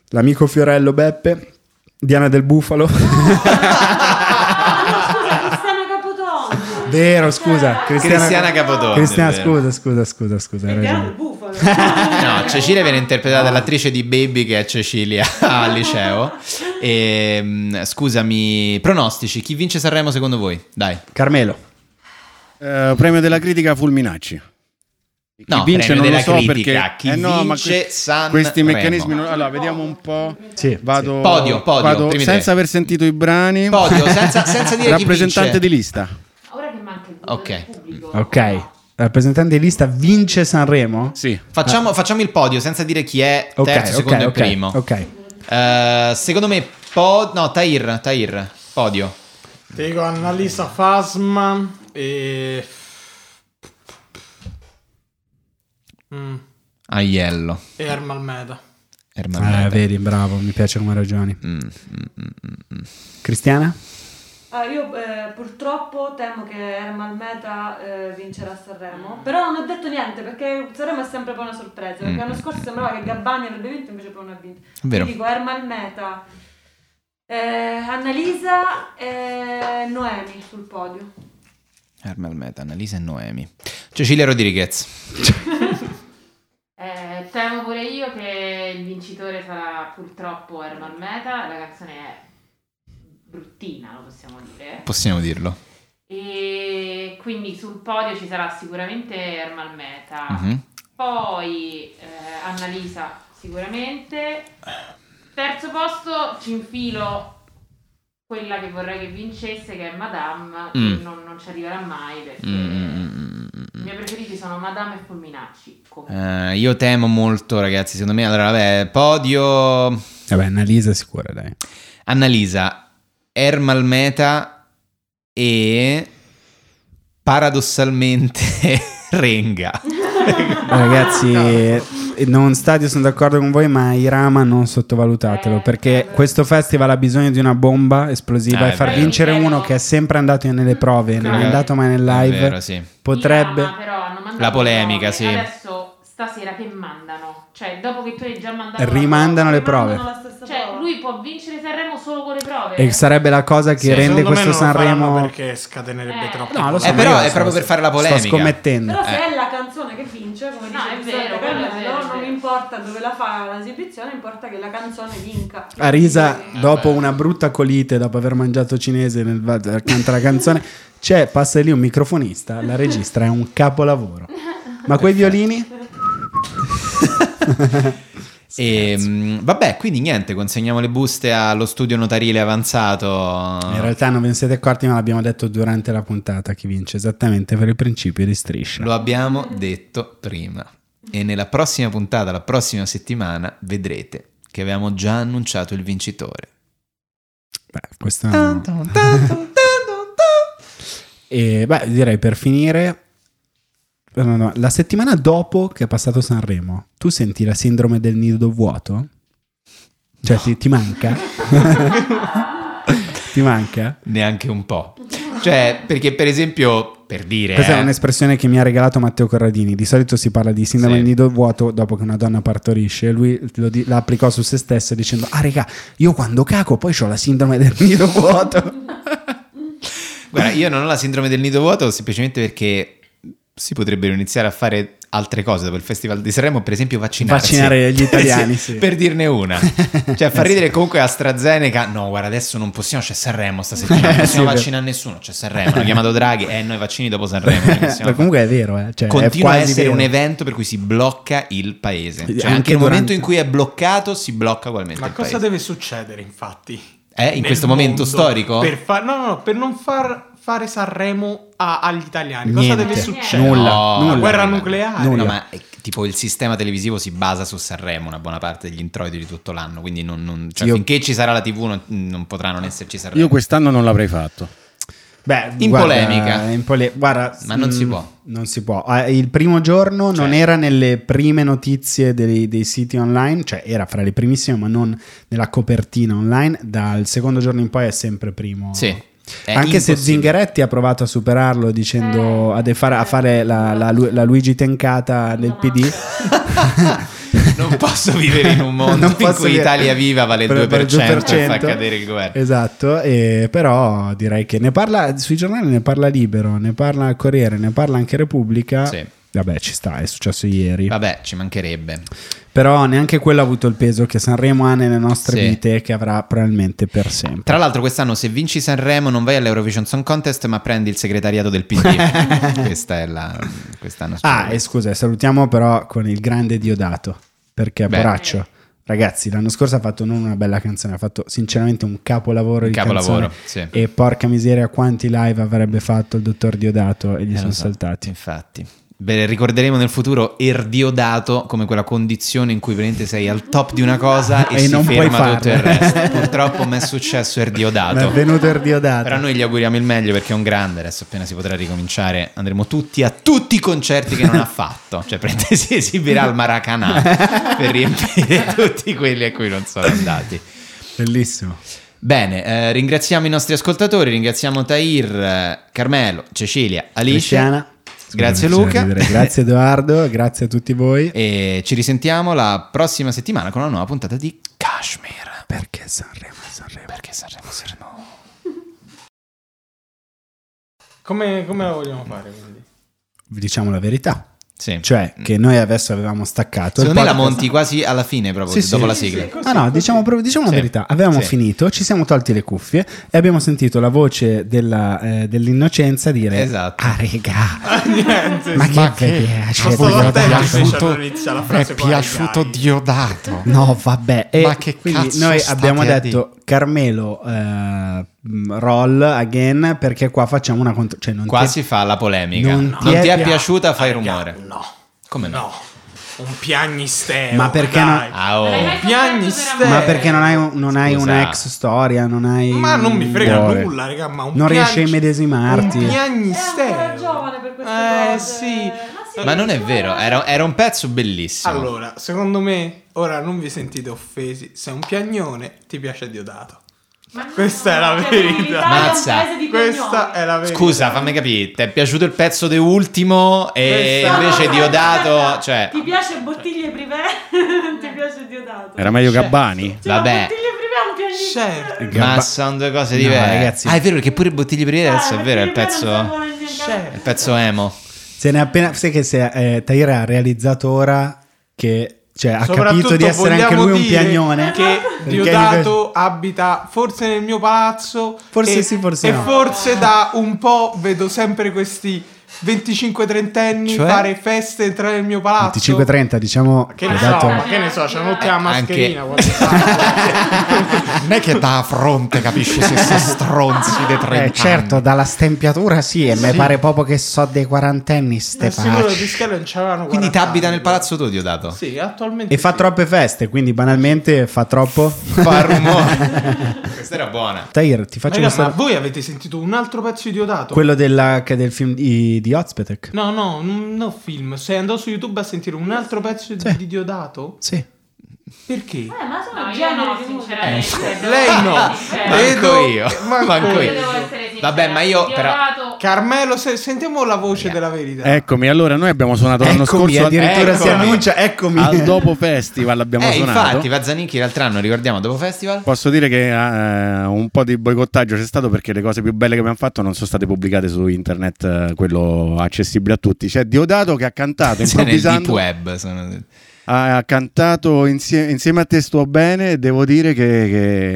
S2: l'amico Fiorello Beppe, Diana del Bufalo.
S3: Ah, scusa, Cristiana Cioè, Capotondo.
S2: Vero, scusa.
S1: Cristiana Capotondo,
S2: Cristiana,
S1: è vero.
S2: scusa, scusa, scusa, scusa. hai
S3: Cristiano il
S2: ragione.
S3: bufalo.
S1: No, Cecilia viene interpretata dall'attrice di Baby che è Cecilia al liceo. E, mh, scusami, pronostici, chi vince Sanremo secondo voi? Dai.
S2: Carmelo.
S6: Eh, premio della critica Fulminacci. Chi
S1: No,
S6: vince
S1: premio
S6: non lo
S1: della
S6: so
S1: critica.
S6: perché Eh
S1: Chi vince
S6: que-
S1: Sanremo.
S6: questi meccanismi non- allora vediamo un po'
S2: Sì,
S6: vado
S1: Podio, podio,
S6: vado
S1: primi
S6: senza
S1: tre.
S6: aver sentito i brani
S1: Podio, senza, senza dire chi
S6: rappresentante
S1: vince.
S6: di lista
S3: Ora che manca il voto
S1: Ok.
S3: del pubblico.
S2: Ok. Rappresentante di lista vince Sanremo?
S6: sì
S1: Facciamo, facciamo il podio senza dire chi è terzo,
S2: Ah. Ok,
S1: secondo
S2: ok,
S1: e
S2: ok,
S1: primo.
S2: ok.
S1: Eh, secondo me, po- no, Tahir, Tahir, podio.
S5: Ti dico Annalisa Fasma e... Mm,
S1: Aiello.
S5: e Ermal Meda.
S1: Ermal
S2: Eh,
S1: Meta.
S2: vedi, bravo, mi piace come ragioni.
S1: Mm, mm, mm, mm.
S2: Cristiana?
S3: Eh,
S10: Ah, io eh, purtroppo temo che Ermal Meta eh, vincerà
S3: Mm.
S10: Sanremo, però non ho detto niente perché Sanremo è sempre poi una sorpresa, perché
S1: Mm.
S10: l'anno scorso sembrava che Gabbani avrebbe vinto invece poi non ha vinto.
S1: Vero.
S10: Ti dico Ermal Meta, eh, Annalisa e Noemi sul podio.
S1: Ermal Meta, Annalisa e Noemi. Cecilia Rodriguez.
S3: Eh, temo pure io che il vincitore sarà purtroppo Herman Meta, la canzone è bruttina, lo possiamo dire.
S1: Possiamo dirlo.
S3: E quindi sul podio ci sarà sicuramente Herman Meta,
S1: Mhm.
S3: poi eh, Annalisa sicuramente. Terzo posto ci infilo quella che vorrei che vincesse, che è Madame, che
S1: Mm.
S3: non, non ci arriverà mai perché
S1: Mm, mm, mm,
S3: i
S1: mm.
S3: miei preferiti sono Madame e Fulminacci. comunque.
S1: Eh, io temo molto, ragazzi. Secondo me, allora, vabbè, podio
S2: Vabbè, Annalisa è sicura, dai.
S1: Annalisa, Ermal Meta e paradossalmente Renga.
S2: Ragazzi, non stadio, sono d'accordo con voi, ma Irama non sottovalutatelo, perché questo festival ha bisogno di una bomba esplosiva
S1: Ah,
S2: e
S1: è
S2: far
S1: vero.
S2: vincere uno che è sempre andato nelle prove, non è
S3: Sì.
S2: andato mai nel
S1: È
S2: live,
S1: vero, sì.
S2: potrebbe...
S3: Irama, però, hanno mandato
S1: La polemica,
S3: prove.
S1: sì.
S3: Adesso stasera che mandano? Cioè, dopo che tu hai già mandato la
S2: Rimandano le
S10: Rimandano
S2: prove.
S10: la stessa
S3: Cioè,
S10: prova.
S3: lui può vincere Sanremo solo con le prove.
S2: E sarebbe la cosa che
S1: Sì,
S2: rende
S5: Secondo me
S2: questo
S5: non lo faranno
S2: Sanremo...
S5: perché scatenerebbe
S3: Eh.
S5: troppo.
S2: No, lo so,
S1: Eh,
S2: ma
S1: però
S2: io
S1: è
S2: sto-
S1: proprio per fare la
S2: Sto
S1: polemica.
S2: scommettendo.
S10: Però se
S1: Eh.
S10: è la canzone che vince, come
S3: No,
S10: dice
S3: è
S10: Giuseppe
S3: vero, quello è
S10: Carmelo,
S3: vero, è
S10: non
S3: vero.
S10: mi importa dove la fa l'esibizione, importa che la canzone vinca.
S2: Arisa,
S10: Quindi-
S2: dopo una brutta colite, dopo aver mangiato cinese nel, va- canta la canzone, c'è, passa lì un microfonista, la registra, è un capolavoro. Ma quei violini?
S1: E, mh, Ehm, vabbè, quindi niente, consegniamo le buste allo studio notarile avanzato.
S2: In realtà non ve ne siete accorti, ma l'abbiamo detto durante la puntata chi vince, esattamente per il principio di striscia.
S1: Lo abbiamo detto prima. E nella prossima puntata, la prossima settimana, vedrete che avevamo già annunciato il vincitore.
S2: Beh, questo- E beh, direi per finire. no, no, no, La settimana dopo che è passato Sanremo, tu senti la sindrome del nido vuoto? Cioè, ti, ti manca? ti manca?
S1: Neanche un po'. Cioè, perché per esempio, per dire...
S2: Questa è
S1: eh,
S2: un'espressione che mi ha regalato Matteo Corradini. Di solito si parla di sindrome
S1: Sì.
S2: del nido vuoto dopo che una donna partorisce. Lui lo di- la applicò su se stesso dicendo: Ah, regà, io quando caco poi ho la sindrome del nido vuoto.
S1: Guarda, io non ho la sindrome del nido vuoto semplicemente perché si potrebbero iniziare a fare altre cose dopo il Festival di Sanremo, per esempio vaccinarsi.
S2: Vaccinare gli italiani,
S1: Sì,
S2: sì. Eh
S1: Per dirne una. Cioè, far ridere comunque AstraZeneca. No, guarda, adesso non possiamo, c'è Sanremo stasettimana, non possiamo
S2: Eh Sì,
S1: vaccinare nessuno, c'è Sanremo. Hanno chiamato Draghi, eh, noi vaccini dopo Sanremo. non possiamo
S2: Ma comunque è vero, eh. Cioè, è
S1: Continua a
S2: quasi
S1: essere
S2: vero.
S1: un evento per cui si blocca il paese. Cioè,
S2: Anche
S1: anche, nel momento
S2: durante-
S1: in cui è bloccato, si blocca ugualmente
S5: Ma
S1: il
S5: cosa
S1: paese.
S5: deve succedere, infatti?
S1: Eh, in
S5: nel
S1: questo momento
S5: mondo
S1: storico?
S5: Per fa- no, no, no, per non far fare Sanremo a- agli italiani.
S2: Niente,
S5: Cosa deve succedere?
S2: nulla,
S1: No,
S2: nulla.
S5: La guerra
S1: Nulla.
S5: nucleare.
S2: Nulla.
S1: No, ma eh, tipo il sistema televisivo si basa su Sanremo, una buona parte degli introiti di tutto l'anno, quindi non, non- cioè,
S2: Io-
S1: finché ci sarà la TV non, non potrà non esserci Sanremo.
S6: Io quest'anno non l'avrei fatto.
S2: Beh,
S1: In
S2: guarda,
S1: polemica.
S2: in pole- guarda,
S1: Ma non si
S2: mm,
S1: può.
S2: Non si può. Eh, Il primo giorno
S1: Cioè-
S2: non era nelle prime notizie dei, dei siti online, cioè era fra le primissime, ma non nella copertina online. Dal secondo giorno in poi è sempre primo.
S1: Sì, è
S2: Anche se
S1: impossibile.
S2: Zingaretti ha provato a superarlo dicendo a, defare- a fare la, la Lu- la Luigi Tencata nel PD.
S3: cioè,
S1: Non posso vivere in un mondo
S2: Non
S1: in
S2: posso
S1: cui
S2: dire-
S1: Italia Viva vale il 2%
S2: per- per il
S1: e
S2: 2%.
S1: fa cadere il governo.
S2: Esatto, e però direi che ne parla sui giornali ne parla Libero, ne parla il Corriere, ne parla anche Repubblica.
S1: Sì.
S2: Vabbè, ci sta, è successo ieri.
S1: Vabbè, ci mancherebbe.
S2: Però neanche quello ha avuto il peso che Sanremo ha nelle nostre
S1: Sì.
S2: vite e che avrà probabilmente per sempre.
S1: Tra l'altro quest'anno se vinci Sanremo non vai all'Eurovision Song Contest ma prendi il segretariato del PD. Questa è la... quest'anno
S2: Ah,
S1: spero.
S2: e scusa, salutiamo però con il grande Diodato, perché a
S1: Beh.
S2: Boraccio. Ragazzi, l'anno scorso ha fatto non una bella canzone, ha fatto sinceramente un capolavoro
S1: Un
S2: di
S1: capolavoro,
S2: canzone.
S1: sì.
S2: E porca miseria quanti live avrebbe fatto il dottor Diodato e gli
S1: Eh,
S2: sono
S1: lo so,
S2: saltati.
S1: Infatti. Beh, ricorderemo nel futuro Erdiodato come quella condizione in cui veramente sei al top di una cosa e,
S2: E
S1: si
S2: non puoi
S1: ferma
S2: farlo.
S1: tutto il resto. Purtroppo mi è successo
S2: Ma è
S1: Erdiodato.
S2: venuto il Diodato.
S1: Però noi gli auguriamo il meglio perché è un grande, adesso appena si potrà ricominciare andremo tutti a tutti i concerti che non ha fatto, cioè prende, si esibirà al Maracanã per riempire tutti quelli a cui non sono andati.
S2: Bellissimo.
S1: Bene, eh, ringraziamo i nostri ascoltatori, ringraziamo Tahir, eh, Carmelo, Cecilia, Alicia.
S2: Cristiana.
S1: Grazie
S2: Scusami,
S1: Luca.
S2: bisogna ridere. Grazie Edoardo, grazie a tutti voi.
S1: e ci risentiamo la prossima settimana con una nuova puntata di Kashmir.
S2: Perché Sanremo, Sanremo.
S1: Perché Sanremo, Sanremo.
S5: Come, come la vogliamo fare quindi?
S2: Diciamo la verità.
S1: Sì.
S2: Cioè, che noi adesso avevamo staccato. il
S1: Mm. Secondo me la
S2: podcast-
S1: monti quasi alla fine, proprio
S2: Sì,
S1: dopo
S2: sì.
S1: la sigla.
S2: Ah no, diciamo, proprio- diciamo la
S1: Sì.
S2: verità, avevamo
S1: Sì.
S2: finito, ci siamo tolti le cuffie e abbiamo sentito la voce della, eh, dell'innocenza dire
S1: Esatto.
S2: Ah regà,
S5: Niente.
S2: ma che Cioè, piace,
S4: Questo
S2: voglio
S4: è
S2: dare-
S5: cioè.
S4: piaciuto,
S5: non inizia la
S4: è
S5: frase qua,
S4: piaciuto
S5: dai.
S4: Diodato.
S2: No, vabbè. E
S4: Ma che
S2: quindi
S4: cazzo
S2: noi
S4: state
S2: abbiamo
S4: a
S2: detto Carmelo eh, mh, roll again perché qua facciamo una contro... Cioè non
S1: Qua
S2: ti-
S1: si fa la polemica.
S2: Non
S1: Non,
S2: ti è ah,
S1: ti è,
S2: pia-
S1: piaciuta, fai rumore.
S5: No.
S1: Come no?
S5: No. Un piagnisteo.
S2: Ma perché
S5: dai.
S1: Ah, oh.
S3: Non hai mai sofferto
S5: Piagni
S3: per
S5: ste-
S2: Ma
S3: amore.
S2: perché non hai, un- non hai
S1: Scusa.
S2: una ex storia, non hai...
S5: Ma non mi
S2: un
S5: frega
S2: cuore.
S5: nulla, raga, ma un
S2: Non
S5: piagni-
S2: riesci a immedesimarti.
S5: Un
S10: È ancora
S5: piagnisteo.
S10: giovane Eh, per queste
S5: eh,
S10: cose.
S5: sì.
S10: sì,
S1: Ma non è
S10: giovane.
S1: vero, era, era un pezzo bellissimo.
S5: Allora, secondo me, ora non vi sentite offesi, sei un piagnone, ti piace Diodato.
S3: Ma no,
S5: Questa è la
S3: cioè,
S5: verità.
S3: l'Italia è un
S1: Mazza.
S3: paese di
S5: Questa
S3: cognome.
S5: è la verità.
S1: Scusa, fammi capire, ti è piaciuto il pezzo de ultimo e
S5: Questa-
S1: invece Diodato,
S10: Guarda,
S1: cioè,
S10: Ti piace bottiglie privé? ti piace Diodato?
S6: Era meglio Gabbani?
S10: Cioè,
S1: Vabbè.
S10: Bottiglie privé non piace
S5: Certo.
S1: ma sono due cose
S2: No,
S1: diverse.
S2: ragazzi. Ah,
S1: Ah, è vero perché pure Bottiglie Privé adesso Cioè, è vero, è il pezzo,
S5: Certo.
S1: il pezzo emo.
S2: Se ne è appena... Sai che se, eh, Tahir ha realizzato ora che... Cioè, ha
S5: Soprattutto
S2: capito di essere anche
S5: vogliamo
S2: lui un
S5: dire
S2: piagnone.
S5: Che
S2: Perché-
S5: Diodato abita forse nel mio palazzo.
S2: Forse
S5: e,
S2: sì, forse
S5: e
S2: no.
S5: forse da un po' vedo sempre questi 25-30enni
S1: Cioè?
S5: fare feste e entrare nel mio palazzo.
S2: 25-30, diciamo...
S5: Che
S2: ha
S5: ne
S2: dato-
S5: so, ma che ne so, c'hanno tutti la mascherina.
S1: Anche-
S5: quando stanno.
S4: Non è che da a fronte, capisci, se si stronzi dei 30
S2: Eh, certo, dalla stempiatura sì, e mi pare proprio che so dei quarantenni ste
S5: Sono sicuro che
S2: facce.
S5: Pischiello non c'avevano
S1: Quindi
S5: 40
S1: t'abita
S5: anni.
S1: nel palazzo tuo, Diodato?
S5: Sì, attualmente.
S2: E fa
S5: sì.
S2: troppe feste, quindi banalmente fa troppo.
S1: Fa rumore. Questa era buona.
S2: Tahir, ti faccio
S5: Raga, ma
S2: questa...
S5: voi avete sentito un altro pezzo idiotato?
S2: Quello della- che del film di, di Ozpetek.
S5: No, no, n- no film. Sei andato su YouTube a sentire un altro pezzo di- di Diodato?
S2: Sì.
S5: Perché?
S10: Eh, ma sono
S3: No, io
S10: generi
S3: no,
S10: di musica.
S1: Eh,
S3: sinceramente.
S5: Lei no.
S3: Cioè,
S5: Lei-
S1: Manco
S5: Vedo-
S1: io,
S5: manco
S1: manco
S3: io
S1: io.
S3: devo essere sincera,
S1: Vabbè, ma io però... Eh,
S3: Diodato-
S5: Carmelo, se- sentiamo la voce della verità.
S6: Eccomi, allora noi abbiamo suonato l'anno
S2: Eccomi, eh,
S6: scorso al,
S2: addirittura si
S1: Eccomi.
S2: annuncia, eccomi.
S6: al Dopo Festival abbiamo
S1: Eh,
S6: suonato.
S1: infatti, Vazzanicchi l'altro anno, ricordiamo, dopo festival?
S6: Posso dire che eh, un po' di boicottaggio c'è stato perché le cose più belle che abbiamo fatto non sono state pubblicate su internet, eh, quello accessibile a tutti. C'è Diodato che ha cantato
S1: Sì, nel deep
S6: improvvisando,
S1: web. sono-
S6: ha cantato insie- insieme a te sto bene e devo dire che,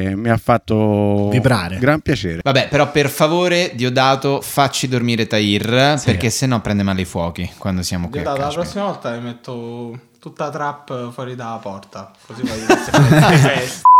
S6: che mi ha fatto
S2: Vibrare.
S6: gran piacere.
S1: Vabbè, però per favore, Diodato, facci dormire Tahir, perché sennò prende male i fuochi quando siamo qui. a
S5: Diodato, la
S1: Kashmir.
S5: prossima volta vi metto tutta la trap fuori dalla porta. Così fai queste feste.